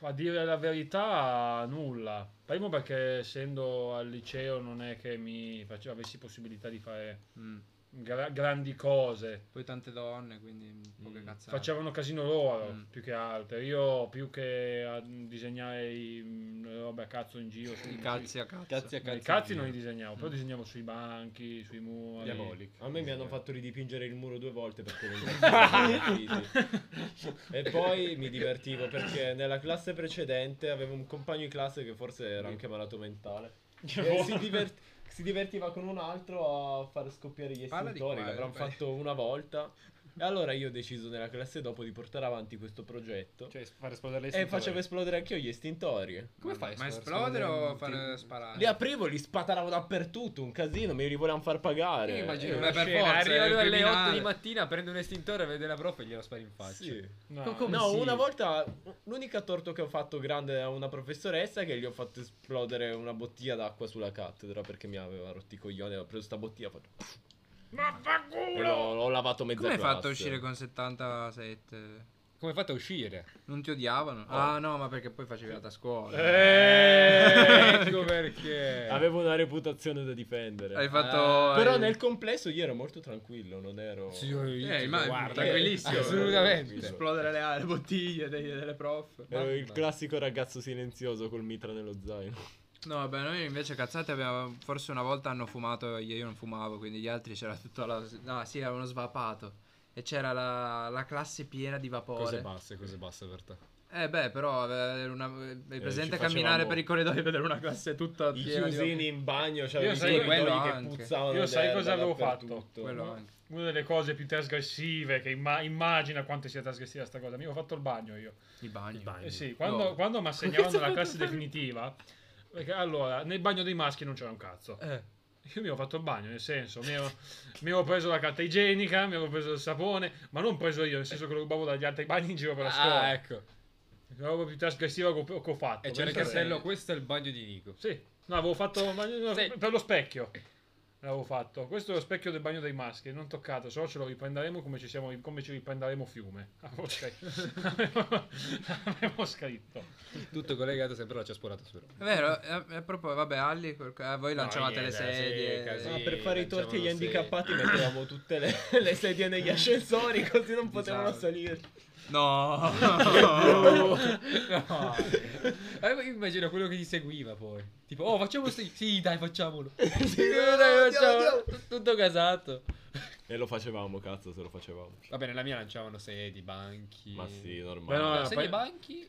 A: a dire la verità, nulla. Primo perché essendo al liceo non è che mi face- avessi possibilità di fare
C: Mm.
A: gra- grandi cose.
C: Poi tante donne, quindi poche
B: Mm.
C: cazzate.
A: Facevano casino loro,
C: Mm.
A: più che altro. Io più che a disegnare i mm, le robe a cazzo in giro. sui-
C: I cazzi a cazzo.
D: Cazzi a
A: No,
D: cazzo.
A: I cazzi non li
D: di
A: disegnavo, però
C: Mm.
A: disegnavo sui banchi, sui muri.
B: Diabolic.
D: A me mi hanno fatto ridipingere il muro due volte perché non mi divertiti. E poi mi divertivo perché nella classe precedente avevo un compagno in classe che forse era anche malato mentale. E Eh, si, divert- si divertiva con un altro a far scoppiare gli
C: Parla di
D: estintori.
C: qua,
D: L'avranno
C: eh.
D: fatto una volta. E allora io ho deciso nella classe dopo di portare avanti questo progetto.
E: Cioè, far esplodere le
D: e facevo esplodere anch'io gli estintori.
C: Come
E: fai a
C: Ma
E: esplodere
C: esplodere o
E: un
C: far
E: team?
C: sparare?
D: Li aprivo, li spataravo dappertutto, un casino, me li volevano far pagare.
E: Io immagino
D: Eh,
E: una
C: per
E: scena,
C: forza, è
E: arrivano
C: un
E: alle 8
C: criminale.
E: di mattina, prende un estintore, vede la prof e glielo spara in faccia.
D: sì.
A: No,
E: Come
D: no,
E: sì?
D: una volta l'unica torto che ho fatto grande a una professoressa è che gli ho fatto esplodere una bottiglia d'acqua sulla cattedra perché mi aveva rotto i coglioni. Ho preso sta bottiglia ho fatto- e l'ho, l'ho lavato mezza
C: Come hai fatto a
D: classe.
C: uscire con 77?
B: Come hai fatto a uscire?
C: Non ti odiavano? Ah no, ma perché poi facevi la scuola.
B: Eh,
A: Eh!
B: ecco perché.
D: Eh. Avevo una reputazione da difendere. Eh,
C: Hai fatto... hai-
D: Però nel complesso io ero molto tranquillo, non ero...
B: Sì, io- io-
C: Eh, ma-
B: guarda,
C: tranquillissimo.
B: Assolutamente.
C: Esplodere le, le bottiglie dei- delle prof.
D: Ero Eh, il
B: Mamma.
D: classico ragazzo silenzioso col mitra nello zaino.
C: No, vabbè, noi invece cazzate abbiamo... Forse una volta hanno fumato, io io non fumavo, quindi gli altri c'era tutta la... No, sì, avevano svapato. E c'era la, la classe piena di vapore.
B: Cose basse, cose basse per te.
C: Eh beh, però eh, una, hai presente
D: ci
C: camminare
D: facevamo-
C: per i corridoi e vedere una classe tutta
D: I
C: piena di...
D: chiusini in bagno, c'erano
A: Io
D: i
A: sai
D: corridoi
C: quello
D: che
C: anche.
D: puzzavano
A: Io sai
D: d'erba
A: cosa avevo
D: dappertutto.
A: fatto?
C: Quello anche.
A: Una delle cose più trasgressive che imma- immagina quanto sia trasgressiva sta cosa. Mi ho fatto il bagno io.
C: Il bagno.
A: Eh sì, quando,
C: No.
A: quando mi assegnavano la classe definitiva, perché allora nel bagno dei maschi non c'era un cazzo.
B: Eh.
A: Io mi ho fatto il bagno, nel senso, mi ero, mi ero preso la carta igienica, mi avevo preso il sapone, ma non preso io, nel senso che lo rubavo dagli altri bagni in giro per la scuola.
B: Ah, ecco.
A: La roba più trasgressiva che ho, che ho fatto.
B: E c'era il
A: Pensa te.
B: cartello, questo è il bagno di Nico.
A: Sì, no, avevo fatto ma- no,
B: Sì.
A: per lo specchio. L'avevo fatto. Questo è lo specchio del bagno dei maschi, non toccato, se no ce lo riprenderemo come ci, siamo, come ci riprenderemo fiume. Avevo scritto. Avevo scritto.
B: Tutto collegato sempre alla ciaspolata sopra.
C: È vero, eh, a proposito, vabbè, Ali, quel- eh, voi lanciavate
B: io
C: le
B: era, sì,
C: sedie.
B: casino.
D: Ah,
B: Sì,
D: per fare i torti agli
B: lanciavano sedie.
D: handicappati mettevamo tutte le, le sedie negli ascensori così non potevano
C: Disastro.
D: salire.
C: No.
B: No. Eh, ma io immagino quello che ti seguiva poi. Tipo, oh, facciamo sì. Sì, dai, facciamolo. Sì, dai, facciamolo. Tutto casato.
D: E lo facevamo, cazzo, se lo facevamo.
B: Va bene, la mia lanciavano sedi, banchi. Ah,
D: Ma sì,
A: Beh, no,
D: normale.
A: no,
B: sedie
A: poi-
B: e banchi.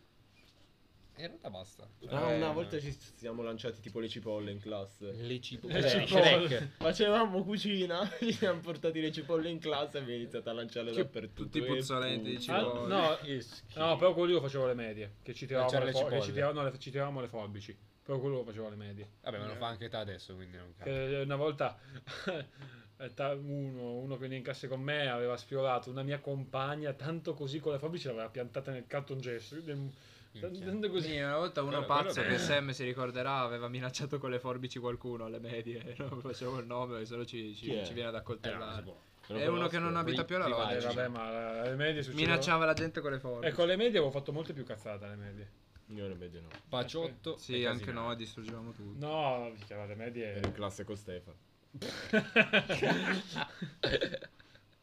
B: E in realtà basta.
D: Ah,
B: Eh,
D: una volta ci siamo lanciati tipo le cipolle in classe.
B: Le cibo.
A: Le
D: Eh,
A: cipolle.
B: Shrek.
D: Facevamo cucina, ci siamo portati le cipolle in classe e abbiamo iniziato a lanciarle
C: Che
D: dappertutto.
C: tutti
D: E boh.
C: puzzolenti di
D: pu-
A: Ah,
C: cipolle.
A: no,
B: Che schifo.
A: no, però quello io facevo le medie, che ci tiravamo,
B: Lanciare
A: Cioè, le,
B: le
A: fo- che ci
B: cipolle.
A: tiravamo, le, ci tiravamo le forbici. Però quello facevo le medie.
B: Vabbè, ma lo fa anche te adesso, quindi non cazzo.
A: Che eh, una volta eh, ta- uno, uno che veniva in classe con me aveva sfiorato una mia compagna tanto così con le forbici l'aveva piantata nel cartongesso. Nel-
B: Minchia.
A: "Mm, Tanto così.
C: Così, una volta uno
B: Quello-
C: pazzo
B: quello-
C: che Sam si ricorderà aveva minacciato con le forbici qualcuno alle medie. Non facevo il nome, che solo ci, ci,
D: Chi è?
C: ci viene ad
B: Eh, no, non si
C: accoltellare.
B: può.
D: non
C: è uno che
D: conosco.
C: non abita più alla
B: Pri-
A: Eh,
C: loggia.
B: privati.
A: vabbè, ma alle medie Ecco, succedeva.
C: Minacciava la gente con le forbici.
A: Ecco, alle medie avevo fatto molte più cazzate alle medie.
D: Io le medie no.
B: Paciotto.
C: Sì,
B: e
C: anche
B: Casinari.
C: no, distruggevamo tutto.
A: No, mica, ma le medie...
D: Ero Eh, in classe con Stefano.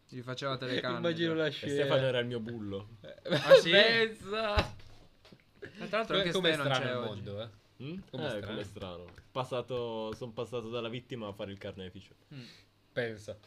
C: Gli faceva telecamera.
E: Immagino la
D: E
E: scena.
D: Stefano era il mio bullo.
C: Ah, sì?
E: Pensa!
C: Ma Tra l'altro
B: Beh,
C: anche
B: com'è
C: Ste non
B: strano
C: c'è
B: il
C: oggi.
B: mondo, eh?
D: Mm?
B: Come
D: eh,
B: strano.
D: come strano. Passato, sono passato dalla vittima a fare il carnefice.
C: Mm.
B: Pensa.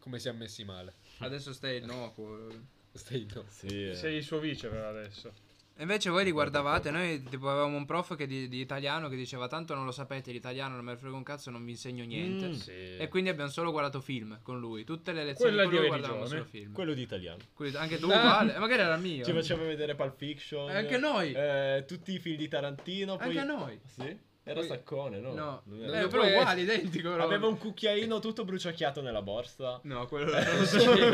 B: Come siamo messi male.
C: Adesso stai innocuo. E
B: Stai no.
D: Sì, eh.
A: Sei il suo vice per adesso.
C: invece voi riguardavate, noi tipo avevamo un prof che di, di italiano che diceva tanto non lo sapete l'italiano, non me ne frega un cazzo, non vi insegno niente.
A: Mm. Eh,
C: E quindi abbiamo solo guardato film con lui. Tutte le lezioni
A: Quella
C: con
A: di
C: lui guardavamo
A: religione.
C: solo film.
D: Quello di italiano.
C: Quindi anche tu uguale, magari era mio.
D: eh. Ci faceva vedere Pulp Fiction.
C: Eh, anche noi.
D: eh, tutti i film di Tarantino. Poi...
C: Anche noi.
D: Sì? Era
C: Poi-
D: Saccone, no?
C: No,
D: Non era-
C: Eh, però
B: Poi-
C: uguale, identico. però.
D: Aveva un cucchiaino tutto bruciacchiato nella borsa.
C: No, quello non lo so.
B: No,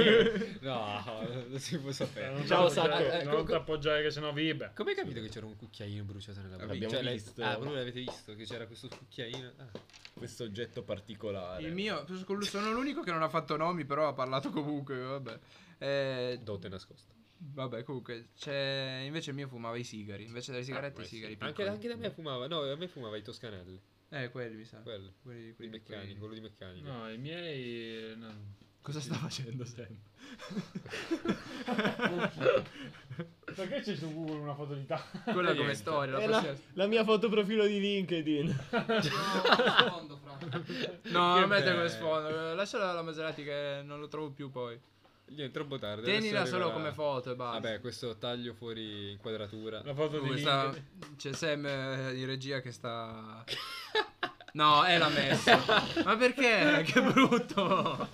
B: non Ah, si può sapere.
A: Non
D: Ciao,
A: t'appoggiare-
D: Sacco.
A: Non t'appoggiare che sennò vibra.
B: Come hai capito che c'era un cucchiaino bruciato nella bocca?
D: L'abbiamo
B: Cioè, l'hai-
D: visto.
B: Ah, proprio l'avete visto che c'era questo cucchiaino. Ah.
D: Questo oggetto particolare.
C: Il mio, sono l'unico che non ha fatto nomi, però ha parlato comunque, vabbè. Eh,
B: Dote nascosta.
C: vabbè, comunque, c'è... invece il mio fumava i sigari, invece delle sigarette i sigari.
B: Ah, Anche,
C: piccoli.
B: anche da me fumava. No, a me fumava i toscanelli.
C: Eh, quelli mi sa.
B: Quelli.
C: Quelli,
B: Di
C: quelli-
B: meccanico,
C: quelli.
B: quello di meccanico.
A: No, i miei... eh, no.
C: Cosa sta facendo Sam?
A: Perché c'è su Google una foto di te?
C: Quella come
B: Niente.
C: storia, la
D: È la,
C: prossima-
D: la mia foto profilo di LinkedIn.
C: No,
B: Che
C: non mettere
B: bello.
C: come sfondo, lasciala la Maserati che non lo trovo più poi.
B: Niente, troppo tardi.
C: Tienila
B: adesso
C: solo
B: arriverà-
C: come foto e basta.
B: Vabbè, questo taglio fuori inquadratura.
A: La foto di
C: Comunque
A: Link.
C: sta- C'è Sam eh, in regia che sta. No, è la messa. Ma perché? Che brutto!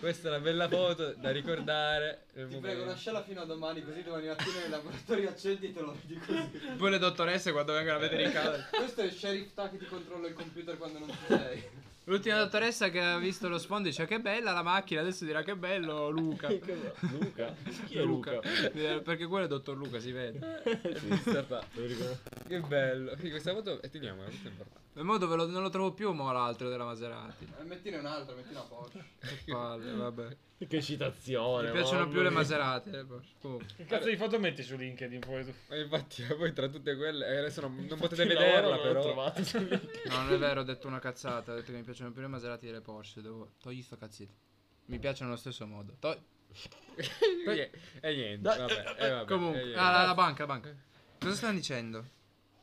B: Questa è una bella foto da ricordare. Ti
F: lasciala fino a domani, così domani mattina nel laboratorio accendi e te lo vedi così.
C: Poi le dottoresse quando vengono a vedere in casa.
F: Questo è il sheriff Ta che ti controlla il computer quando non ci sei.
C: L'ultima dottoressa che ha visto lo sfondo dice che bella la macchina, adesso dirà che bello Luca.
D: Luca? Chi è Luca?
C: Eh, Perché quello è dottor Luca, si vede.
D: Lo ricordo.
B: Che bello. Quindi questa foto e teniamola, questa è importante.
C: E mo dove lo- non lo trovo più, mo l'altro della Maserati.
F: Eh, Mettine un'altra, mettine una Porsche.
C: Che palle, vabbè.
D: Che citazione.
C: Mi piacciono
D: mamma
C: più le
D: mia.
C: Maserati. le Porsche. Oh.
A: Che cazzo di foto metti su LinkedIn poi tu?
B: E infatti voi tra tutte quelle eh, adesso non, non potete
D: Fino ad ora
B: vederla
D: non l'ho
B: però.
D: trovato su LinkedIn.
C: No, non è vero, ho detto una cazzata. Ho detto che mi piacciono più le Maserati delle Porsche. Devo. Togli sto cazzito. Mi piacciono allo stesso modo. Togli-
B: e e Eh, niente, vabbè, e vabbè, eh, e
C: Comunque,
B: niente.
C: ah, la, la banca, la banca. Cosa stanno dicendo?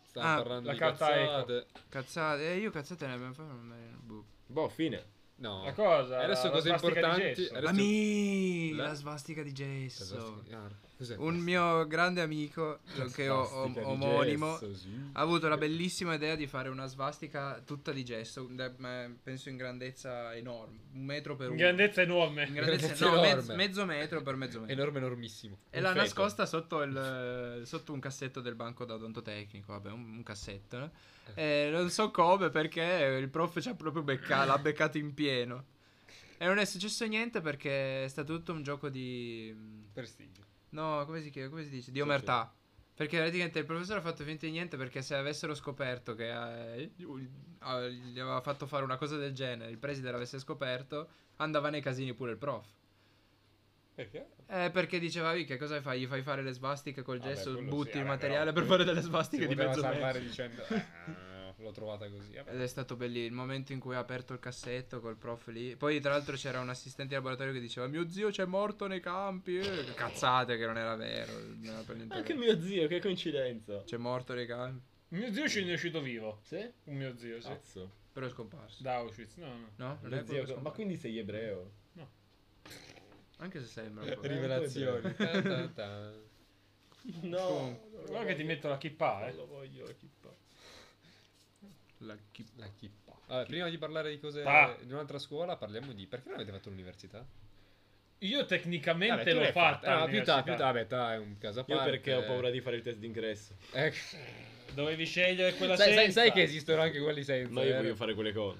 B: Stavamo
C: ah,
B: parlando
A: la
B: di
A: carta
B: cazzate.
C: Cazzate. Eh, io cazzate ne abbiamo fatto. non me ne- boh.
D: Boh, fine.
B: No.
A: La cosa,
B: E adesso
A: la
B: cose
A: svastica di
B: importanti,
A: gesso.
B: adesso-
C: La mi,
B: La-
C: la svastica di gesso.
B: Ah, cos'è
C: Un
B: questo?
C: mio grande amico, lo che ho, ho-
D: Plastica di
C: omonimo,
D: gesso, sì.
C: ha avuto la bellissima idea di fare una svastica tutta di gesso. da- ma penso in grandezza enorme, un metro per
A: In
C: uno.
A: grandezza
C: In
A: enorme.
C: grandezza-
B: grandezza
C: no, mezz-
B: enorme.
C: mezzo metro per mezzo metro.
B: Enorme, enormissimo.
C: E l'ha
D: feto.
C: nascosta sotto, il, sotto un cassetto del banco da odontotecnico, vabbè, un, un cassetto. no? E non so come, perché il prof ci ha proprio becca- l'ha beccato in pieno. E non è successo niente perché è stato tutto un gioco di...
B: Prestigio.
C: No, come si, chiama- come si dice? Di omertà. Perché praticamente il professore ha fatto finta di niente perché se avessero scoperto che eh, eh, gli aveva fatto fare una cosa del genere, il preside l'avesse scoperto, andava nei casini pure il prof.
B: Perché?
C: Eh, perché diceva, "Vì, che cosa fai? Gli fai fare le svastiche col
B: Vabbè,
C: gesso,
B: quello
C: butti
B: sì,
C: il
B: vabbè,
C: materiale
B: però-
C: per fare delle
B: Che
C: svastiche di mezzo
B: salvare
C: metro.
B: dicendo
A: "Eh,
B: "Ah, l'ho trovata così. Vabbè.
C: Ed è stato bellissimo il momento in cui ha aperto il cassetto col prof lì. Poi, tra l'altro, c'era un assistente di laboratorio che diceva: Mio zio c'è morto nei campi. eh." Cazzate, che non era vero. Non era per niente
D: Anche
C: vero.
D: mio zio, che coincidenza.
C: C'è morto nei campi.
A: Mio zio ci è uscito vivo.
D: Sì?
A: Un mio zio, sì.
D: Cazzo.
C: Però è scomparso.
A: Da Auschwitz, no, no.
C: No? Non
D: Mio
C: è quello
D: zio-
C: che è
D: ma
C: scomparso.
D: quindi sei ebreo?
C: Anche se
B: Eh,
C: sembra. un po'.
B: Rivelazioni. Ta, ta, ta.
D: No. non lo
A: Guarda che ti
D: voglio-
A: metto la chippa,
D: Non
A: eh.
D: lo voglio, chippa.
C: La chi-
B: La chippa. Vabbè, prima di parlare di cose
A: Pa.
B: di un'altra scuola, parliamo di perché non avete fatto l'università?
A: Io
B: Vabbè,
A: tecnicamente
B: tu l'hai
A: l'ho fatta.
B: Ah, più
A: all'università.
B: tardi, più tardi, vabbè, ta, è un caso a
D: Io
B: parte.
D: perché ho paura di fare il test d'ingresso.
B: Ecco.
A: Dovevi scegliere quella
B: Sai, sai,
A: senza.
B: sai che esistono anche quelli senza.
D: Ma io
B: eh?
D: voglio fare quelle cose.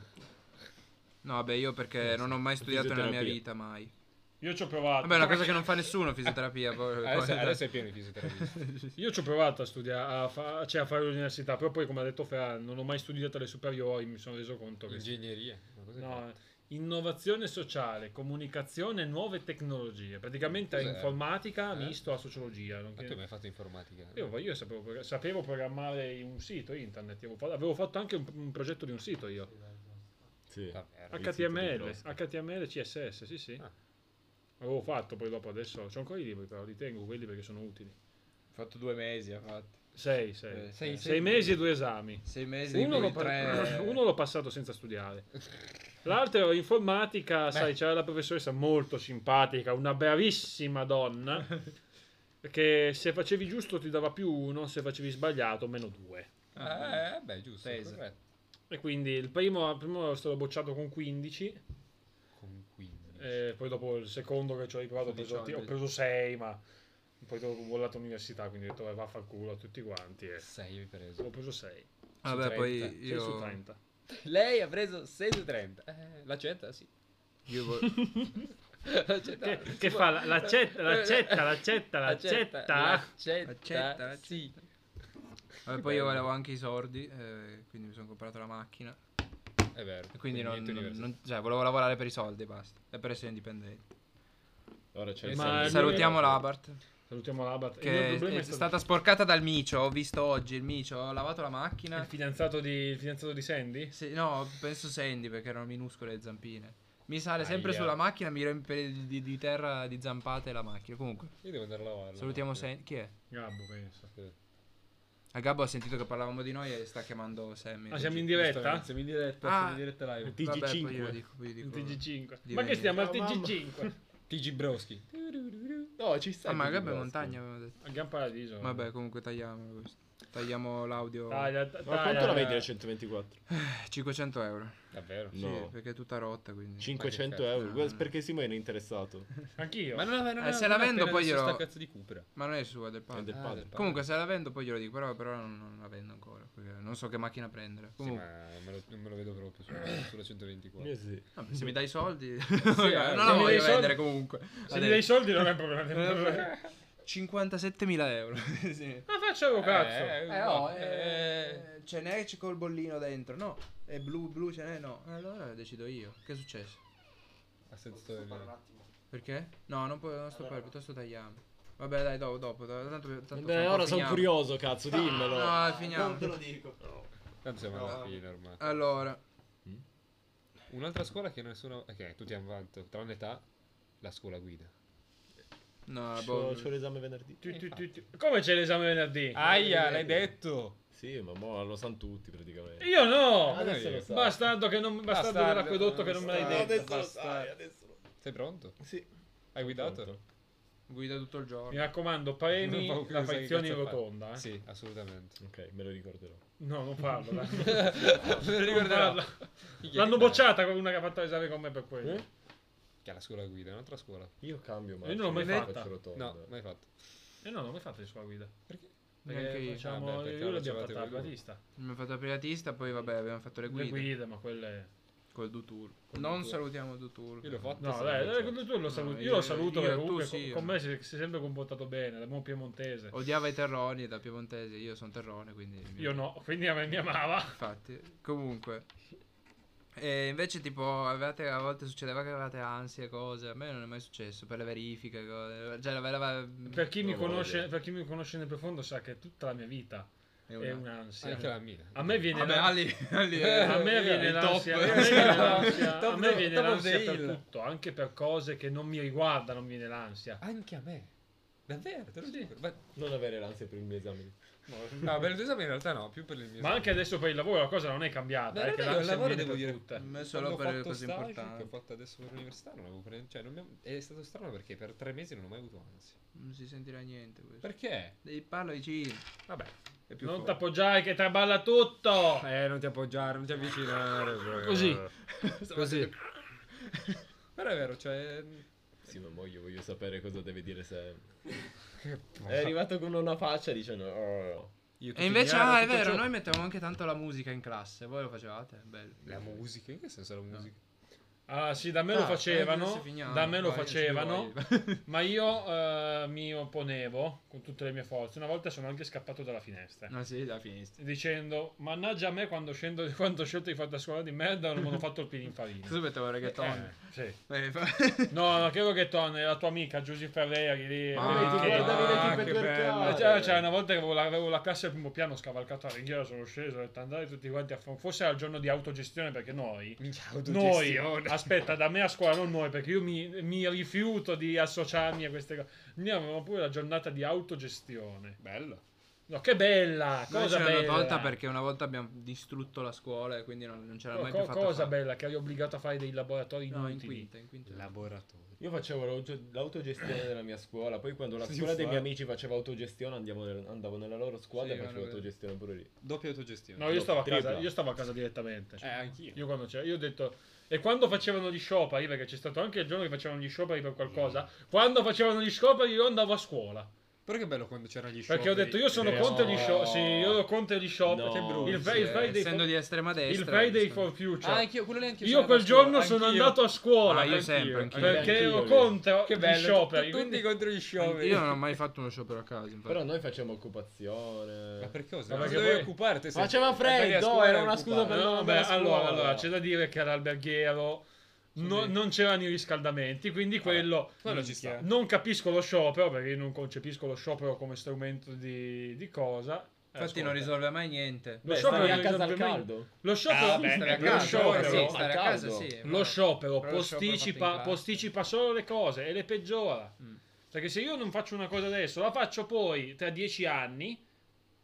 C: No, vabbè, io perché non ho mai studiato nella mia
D: Fisioterapia.
C: vita, mai.
A: Io ci ho provato.
C: Vabbè, è una cosa che non fa nessuno, fisioterapia. poi-
B: Adesso,
C: poi-
B: adesso è pieno di fisioterapisti.
A: Io ci ho provato a studiare, a, fa- cioè a fare l'università, però poi come ha detto Fra, non ho mai studiato alle superiori, mi sono reso conto che...
B: Ingegneria. ma cos'è?
A: No, Innovazione sociale, comunicazione e nuove tecnologie. Praticamente è
B: Cos'è?
A: informatica
B: Eh?
A: misto a sociologia.
B: Ma
A: nonché-
B: tu mi hai fatto informatica?
A: Io, io sapevo, pro- sapevo programmare un sito internet, io avevo fatto, avevo fatto anche un, un progetto di un sito io.
D: Sì.
B: Vabbè, era il sito di
A: HTML,
B: Prost.
A: HTML, CSS, sì sì.
B: Ah.
A: Avevo fatto poi dopo adesso, ho ancora i libri però, li tengo quelli perché sono utili.
C: fatto due mesi, ha fatto.
A: Sei, sei.
C: Eh,
A: sei,
C: sei-
A: mesi e due esami.
C: Sei mesi,
A: Uno
C: di
A: l'ho,
C: cui
A: pa-
C: tre...
A: uno l'ho passato senza studiare. L'altro informatica, sai, c'era la professoressa molto simpatica, una bravissima donna, che se facevi giusto ti dava più uno, se facevi sbagliato meno due.
B: Ah, eh, beh, giusto.
C: Tese.
B: corretto.
A: E quindi il primo, il primo è stato bocciato con 15,
B: Con 15.
A: e poi dopo il secondo che ci ho riprovato ho preso, ho preso 6, ma poi dopo ho volato all'università, quindi ho detto "Vai, vaffanculo a tutti quanti e
B: 6 hai preso.
A: ho preso 6,
C: Vabbè,
B: trenta.
C: Ah, poi
A: 6 su
C: io...
A: 30.
B: Lei ha preso 6 su 30. Eh, l'accetta, sì.
C: io vo-
B: L'accetta.
A: Che, che fa? La- L'accetta, l'accetta, l'accetta, l'accetta.
B: L'accetta,
C: Accetta,
B: l'accetta, sì.
C: Vabbè, poi io volevo anche i sordi, eh, quindi mi sono comprato la macchina.
B: È vero.
C: E quindi non,
B: niente
C: non-
B: università.
C: non- cioè, volevo lavorare per i soldi e basta. E per essere indipendenti.
D: Ora c'è il
A: Ma
D: sangue.
A: Eh, lui-
C: Salutiamo l'Abart.
A: Salutiamo l'Abat. Il mio
C: Che
A: problema
C: è,
A: è
C: stata sporcata dal micio. Ho visto oggi il micio. Ho lavato la macchina.
A: il fidanzato di, il fidanzato di Sandy?
C: Se- no, penso Sandy perché erano minuscole le zampine. Mi sale sempre
B: Aia.
C: sulla macchina, mi riempie di, di- di terra di zampate la macchina. Comunque,
B: Io devo andare a lavorare.
C: salutiamo Sandy. Chi è?
A: Gabbo, penso.
C: A Gabbo ha sentito che parlavamo di noi e sta chiamando Sammy.
A: Ah, siamo in diretta?
F: Siamo in diretta,
C: Ah.
F: siamo in diretta live.
C: Vabbè, poi
E: TG5.
C: io dico- poi io
A: Il
C: dico-
A: TG5.
C: Di
A: Ma che
C: venerdì.
A: stiamo al
D: Ciao, mamma.
A: TG5?
B: TG Broschi.
D: No, ci sta.
C: Ah, ma
D: il
C: Gabbo è
D: Gabbo.
C: montagna, avevamo detto.
A: A Gran Paradiso.
C: Vabbè, comunque tagliamo questo. Tagliamo l'audio.
A: Taglia,
D: Ma
A: taglia.
D: quanto la vendi la 124?
C: Eh, 500 euro.
B: Davvero?
C: Sì,
D: No.
C: perché è tutta rotta, quindi.
D: 500
B: cazzo,
D: euro.
C: no,
D: Guarda,
C: no.
D: Perché Simone è interessato?
A: Anch'io.
B: Ma non, non,
C: Eh, se la vendo, poi glielo-
B: Sta cazzo di Cupra.
C: Ma non è sua, è del
D: È
C: padre.
D: del
B: Ah,
D: padre.
B: del padre.
C: Comunque, se la vendo, poi glielo dico. Però per ora non, non la vendo ancora. perché non so che macchina prendere.
B: Sì,
C: Comunque,
B: ma me lo- non me lo vedo proprio su- sulla 124.
D: Io sì.
C: vabbè, se mi dai i soldi,
B: eh,
C: non
A: se
C: la
A: mi dai i
C: voglio
A: soldi-
C: vendere. Comunque,
A: Se mi dai i soldi non è un problema.
C: Adesso- 57.000 euro. sì.
A: Ma facciamo cazzo.
C: Eh, no, eh, ce n'è c'è col bollino dentro. No, è blu, blu, ce n'è no. Eh, Allora decido io. Che è successo?
B: Ha senso
F: Posso fare un
B: storia.
F: attimo?
C: Perché? No, non, può, non sto
F: Allora
C: per,
F: no.
C: piuttosto tagliamo. Vabbè, dai, dopo, dopo. Tanto, tanto Ah, fra un
D: Beh,
C: po'
D: ora sono
C: finiamo.
D: curioso, cazzo, dimmelo.
C: No,
F: Non
C: finiamo.
F: te lo dico.
B: Tanto siamo
F: No.
B: alla fine ormai.
C: Allora,
B: Un'altra scuola che nessuno. Ok, tutti hanno fatto, tranne età, la scuola guida.
C: no, boh,
D: C'ho, c'ho l'esame venerdì.
A: Tu, tu, tu, tu. Come c'è l'esame venerdì?
B: Aia, l'hai detto!
D: Sì, ma mo lo sanno tutti praticamente.
A: Io no.
D: Adesso lo so.
A: Basta tanto che non basta
B: Bastardo,
A: dell'acquedotto che non me
D: No,
A: l'hai detto.
D: Ah, adesso lo sai, adesso lo
B: Sei pronto?
D: Sì.
B: Hai guidato?
D: Pronto.
C: guida tutto il
A: Mi
C: giorno.
A: raccomando,
B: Non
A: premi
B: so che
A: la
B: cosa hai
A: fazione in
B: cazzo fare.
A: rotonda. eh.
B: Sì, assolutamente.
D: Ok, me lo ricorderò.
A: No, non parlo. dai.
B: Me lo ricorderò.
A: Non
B: Minchia,
A: L'hanno
B: che bello.
A: bocciata con una che ha fatto l'esame con me per quello.
D: Eh?
B: Che è la scuola guida, è un'altra scuola.
D: Io cambio, ma
A: Io non l'ho mai fatta.
D: faccio rotonda.
B: No, mai fatto.
A: E Eh, no, non mi fate di scuola guida.
B: Perché?
A: Perché
C: Neanche io.
A: facciamo,
B: Ah, beh, perché
A: io
B: la
A: l'abbiamo
B: facevate
A: fatta al
B: voi due.
A: Batista.
C: Mi ha fatto la privatista, poi vabbè, abbiamo fatto le
A: Le guide.
C: guide.
A: ma quelle...
C: Col Dutour. Non salutiamo Dutour.
B: Io l'ho fatto.
A: No,
B: sono
A: dai,
B: bocciato.
A: dai, tu lo saluti. io,
C: io-
A: lo saluto
C: io,
A: perché
C: tu
A: comunque
C: sì,
A: con,
C: io
A: con
C: no.
A: me si, si è sempre comportato bene, da buon piemontese.
C: Odiava i terroni da piemontese, io sono terrone, quindi...
A: Io no, quindi a me mi amava.
C: Infatti, comunque... E invece tipo avevate, a volte succedeva che avevate ansie, cose, a me non è mai successo, per le verifiche, cose, cioè la vera...
A: Per chi, mi
D: No, voglio.
A: conosce, per chi mi conosce nel profondo sa che tutta la mia vita è un'ansia.
B: Anche la mia.
A: A me viene...
C: Vabbè,
A: la-
C: Ali, Ali è-
A: a me viene
C: il top.
A: l'ansia, a me viene l'ansia,
B: Top
A: a me
B: of-
A: viene
B: top of
A: l'ansia
B: the
A: per
B: hill.
A: tutto, anche per cose che non mi riguardano mi viene l'ansia.
B: Anche a me. Davvero, te lo dico. Ma,
D: Non avere l'ansia per i miei esami.
B: no, per il tuo esame in realtà no, più per il mio
A: Ma anche adesso per il lavoro la cosa non è cambiata,
B: Esatto. Beh,
A: è che
B: no, no, io il
A: l'ansia
B: lavoro
A: viene
B: devo
A: per
B: dire-
A: tutte.
C: Me solo per le cose
B: Che ho
C: importanti.
B: fatto adesso per l'università non avevo preso. Cioè, non mi ha- è stato strano perché per tre mesi non ho mai avuto ansia.
C: Non si sentirà niente questo.
B: Perché?
C: Devi parla vicino.
B: Vabbè, è più
A: Non
B: forte.
A: t'appoggiare che traballa tutto!
B: Eh, non ti appoggiare, non ti avvicinare. proprio.
A: Così.
B: Così. Però è vero, cioè.
D: Sì, ma mo io voglio sapere cosa deve dire sempre.
B: Che
D: È arrivato con una faccia dicendo... "Oh".
B: Io tutti
C: E invece,
B: gli anni,
C: ah, è
B: tutto
C: vero,
B: ciò-
C: noi mettevamo anche tanto la musica in classe. Voi lo facevate? Bello.
B: La musica? In che senso la musica?
A: Ah sì, da me lo
C: Ah, eh,
A: facevano,
C: se finiamo.
A: da me lo
C: Vai,
A: facevano,
C: se vuoi.
A: ma io eh, mi opponevo con tutte le mie forze. Una volta sono anche scappato dalla finestra.
C: No, sì, la finestra.
A: Dicendo, mannaggia a me quando, scendo, quando ho scelto di fare da scuola di merda non mi hanno fatto il pininfarina.
C: Cosa mettevo reggaeton?
A: Eh, sì.
C: Eh, fa-
A: No, no, che reggaeton, era la tua amica Giusy Ferreri lì.
C: Ah,
A: lì
D: ti
A: che-
D: guardavi le
C: ah,
D: tipe
C: che
D: per
C: bello.
A: Ah,
D: caso.
A: cioè, cioè, una volta che avevo la, avevo la classe al primo piano scavalcata a ringhiera, sono sceso, ho detto andare tutti quanti a fare. Forse era il giorno di autogestione perché noi.
B: Minchia,
A: Noi,
B: autogestione.
A: aspetta, da me a scuola, non noi, perché io mi, mi rifiuto di associarmi a queste cose. Noi avevamo pure la giornata di autogestione.
B: Bello.
A: No, che bella!
C: Noi
A: Cosa
C: ce l'hanno
A: bella!
C: tolta perché una volta abbiamo distrutto la scuola e quindi non, non c'era
A: Co-
C: mai
A: Oh, co-
C: più fatta
A: cosa
C: fare.
A: bella che eri obbligato a fare dei laboratori
C: No, in
A: inutili.
C: quinta, in quinta.
B: Laboratorio.
D: Io facevo l'auto- l'autogestione della mia scuola, poi quando la
B: Sì,
D: scuola dei
B: fa-
D: miei amici faceva autogestione andiamo nel- andavo nella loro squadra
C: Sì,
D: e facevo
C: vanno bene.
D: autogestione pure lì.
B: Doppia autogestione.
A: no, io stavo, a casa,
D: Tripla.
A: io stavo a casa direttamente.
B: Eh, anch'io.
A: Io quando c'era, io ho detto. E quando facevano gli scioperi, perché c'è stato anche il giorno che facevano gli scioperi per qualcosa, quando facevano gli scioperi io andavo a scuola.
B: Però che bello quando c'erano gli show.
A: Perché ho detto io sono
B: Eh,
A: contro
B: no.
A: gli scioperi. Sì, io ero contro gli scioperi.
D: No,
A: Che brutto. il,
D: sì,
A: Fri- il
C: Eh,
A: Friday
C: essendo
A: for,
C: di estrema destra.
A: il Friday
C: visto-
A: for Future.
B: Ah, anch'io, quello neanche
A: Cioè, io quel giorno sono andato a scuola.
C: Ah, io
A: anch'io,
C: sempre, anch'io.
A: Perché ero
D: Anch'io, io.
A: contro gli scioperi.
B: Tutti
A: quindi-
B: contro gli scioperi.
C: Io non ho mai fatto uno sciopero a casa, infatti.
D: Però noi facciamo occupazione.
B: Ma perché cosa?
A: Ma
B: Non
A: perché
B: dovevi
A: poi-
B: occupare te sei-
D: Faceva
B: per andare a
D: freddo,
B: scuola
D: era
B: e
D: una
B: occupare.
D: scusa
A: No,
D: per- non
A: beh,
D: andare a
A: allora,
D: scuola.
A: allora, c'è da dire che era alberghiero. no-
B: Sì.
A: non c'erano i riscaldamenti, quindi quello.
B: quello ci sta.
A: Non capisco lo sciopero perché io non concepisco lo sciopero come strumento di, di cosa. Eh,
C: Infatti
A: ascolta.
C: non risolve mai niente.
A: Lo
D: Beh,
A: sciopero è
D: stavi a casa al
A: esattamente-
D: caldo.
A: Lo sciopero,
B: Ah, beh,
A: lo
C: Stare a
B: lo
C: casa,
A: sciopero-
C: sì,
D: però-
C: stare a
D: al
C: casa,
D: caldo.
C: sì.
A: lo sciopero
C: Però lo sciopero
A: posticipa,
C: fatto in classe.
A: posticipa solo le cose e le peggiora.
C: Mm.
A: Perché se io non faccio una cosa adesso, la faccio poi tra dieci anni.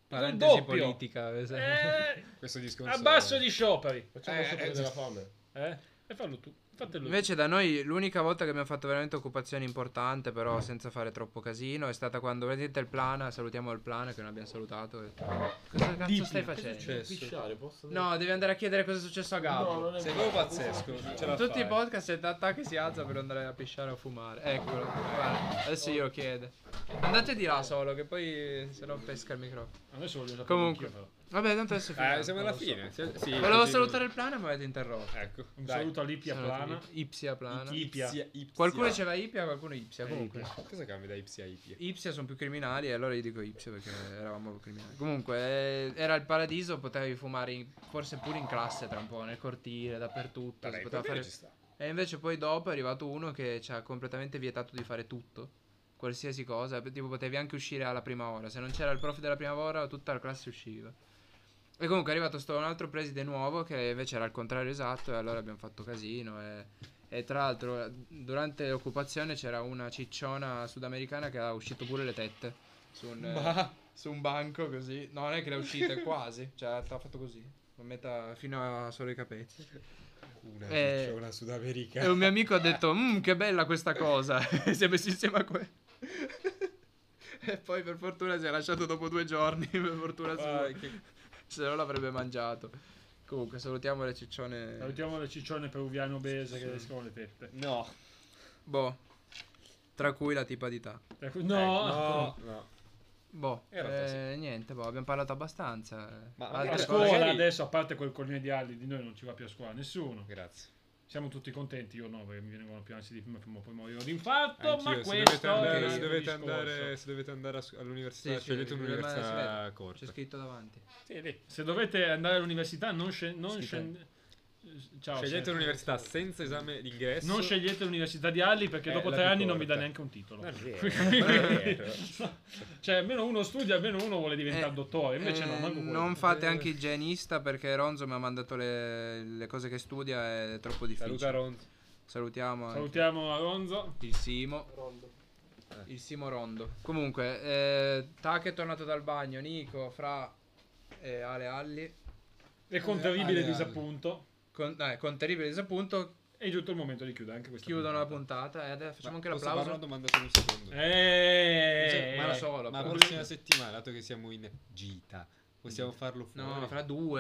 C: Parentesi
A: doppio.
C: politica, per esempio.
A: Eh,
B: Questo discorso.
A: abbasso gli scioperi.
D: Facciamo
B: Eh,
D: lo sciopero
B: eh,
D: della
B: sì.
D: fame.
A: Eh? E fallo tu. Fatelo tu.
C: Invece da noi l'unica volta che abbiamo fatto veramente occupazione importante, però senza fare troppo casino, è stata quando vedete il plana, salutiamo il plana che non abbiamo salutato. e- Cosa cazzo stai facendo?
D: Pisciare, posso andare?
C: No, devi andare a chiedere cosa è successo a Gabbo.
D: No, non è
B: Sei proprio pazzesco. non ce la
C: In tutti
B: fai.
C: i podcast è Tata che si alza per andare a pisciare o fumare. Eccolo, guarda, adesso io lo chiedo. Andate di là solo, che poi se no pesca il microfono.
A: Adesso voglio sapere
C: Comunque.
A: anch'io, però.
C: Vabbè, tanto adesso
B: Eh,
C: finiamo.
B: siamo alla fine. Sì, sì,
C: Volevo
B: così-
C: salutare il plana ma avete interrotto.
B: Ecco.
A: Un
B: dai.
A: saluto a Lipia
C: Salutami.
A: Plana.
C: Ipsia plana.
A: Ipia.
C: Qualcuno diceva Ipia, qualcuno Ipsia. Comunque.
B: Eh, Cosa cambia da Ipsia a Ipia?
C: Ipsia sono più criminali e allora io dico Ipsia perché eravamo criminali. Comunque eh, era il paradiso, potevi fumare in- forse pure in classe tra un po', nel cortile, dappertutto. si
B: Vabbè,
C: poteva
B: perché
C: fare-
B: ci sta.
C: E invece poi dopo è arrivato uno che ci ha completamente vietato di fare tutto. Qualsiasi cosa, tipo potevi anche uscire alla prima ora. Se non c'era il prof della prima ora, tutta la classe usciva. E comunque è arrivato sto un altro preside nuovo che invece era al contrario esatto e allora abbiamo fatto casino e, e tra l'altro durante l'occupazione c'era una cicciona sudamericana che ha uscito pure le tette su un, eh, su un banco così. No, non è che le ha uscite, quasi. Cioè, t'ha fatto così. A metà fino a solo i capelli.
B: Una,
C: Eh,
B: c'è una sudamericana.
C: E un mio amico ha detto, mmm, che bella questa cosa. E si è messo insieme a quello. e poi per fortuna si è lasciato dopo due giorni, per fortuna sua.
B: Vai, che-
C: Se no l'avrebbe mangiato. Comunque salutiamo le ciccione.
A: Salutiamo le ciccione peruviane obese che escono le tette.
B: No.
C: Boh. Tra cui la tipa di ta.
A: No,
B: Eh, No. no.
C: Boh.
B: In realtà
C: eh, Niente, boh, abbiamo parlato abbastanza.
B: Ma-
A: a
C: Altre
B: Adesso
A: scuola
B: magari-
A: adesso, a parte quel coglione di Ali, di noi non ci va più a scuola nessuno.
B: Grazie.
A: Siamo tutti contenti, io no, perché mi venivano più anzi di prima, prima o poi morirò d'infarto,
B: Anch'io,
A: ma
B: se
A: questo è un altro
B: dovete andare, se dovete
A: discorso.
B: andare, se dovete andare a s- all'università,
C: Sì, sì,
B: scegliete
C: sì, ma si
B: un'università
C: vede.
B: corta.
C: C'è scritto davanti.
B: Sì, lì.
A: Se dovete andare all'università, non, sce- non
C: Schifo.
A: scende- Ciao,
B: Scegliete
A: Sergio.
B: un'università senza esame d'ingresso.
A: Non scegliete l'università di Ali perché
B: Eh,
A: dopo
B: la
A: tre
B: più
A: anni non vi
B: corta.
A: dà neanche un titolo.
B: Non è
C: eh.
B: vero,
A: Quindi-
B: non è vero.
A: cioè, almeno uno studia, almeno uno vuole diventare
C: Eh,
A: dottore. Invece
C: Eh,
A: no, manco quello.
C: non fate anche igienista perché Ronzo mi ha mandato le, le cose che studia è troppo difficile.
B: Saluta Ron.
C: Salutiamo anche
A: Salutiamo Aronzo.
C: il Simo. Il Simo Rondo. Comunque, eh, Tac è tornato dal bagno, Nico, Fra e Ale Alli. Eh,
A: E con terribile
B: Ale, Ale.
A: disappunto.
C: Con, eh, con terribile disappunto
A: È giunto il momento di chiudere anche questa
C: chiudono la
A: puntata.
C: puntata e adesso facciamo anche
B: Posso fare una
C: l'applauso.
B: domanda solo un secondo?
A: Eh,
C: Ma la sola.
B: Ma la
C: però.
B: prossima settimana, dato che siamo in gita, possiamo farlo fuori?
C: No, fra due.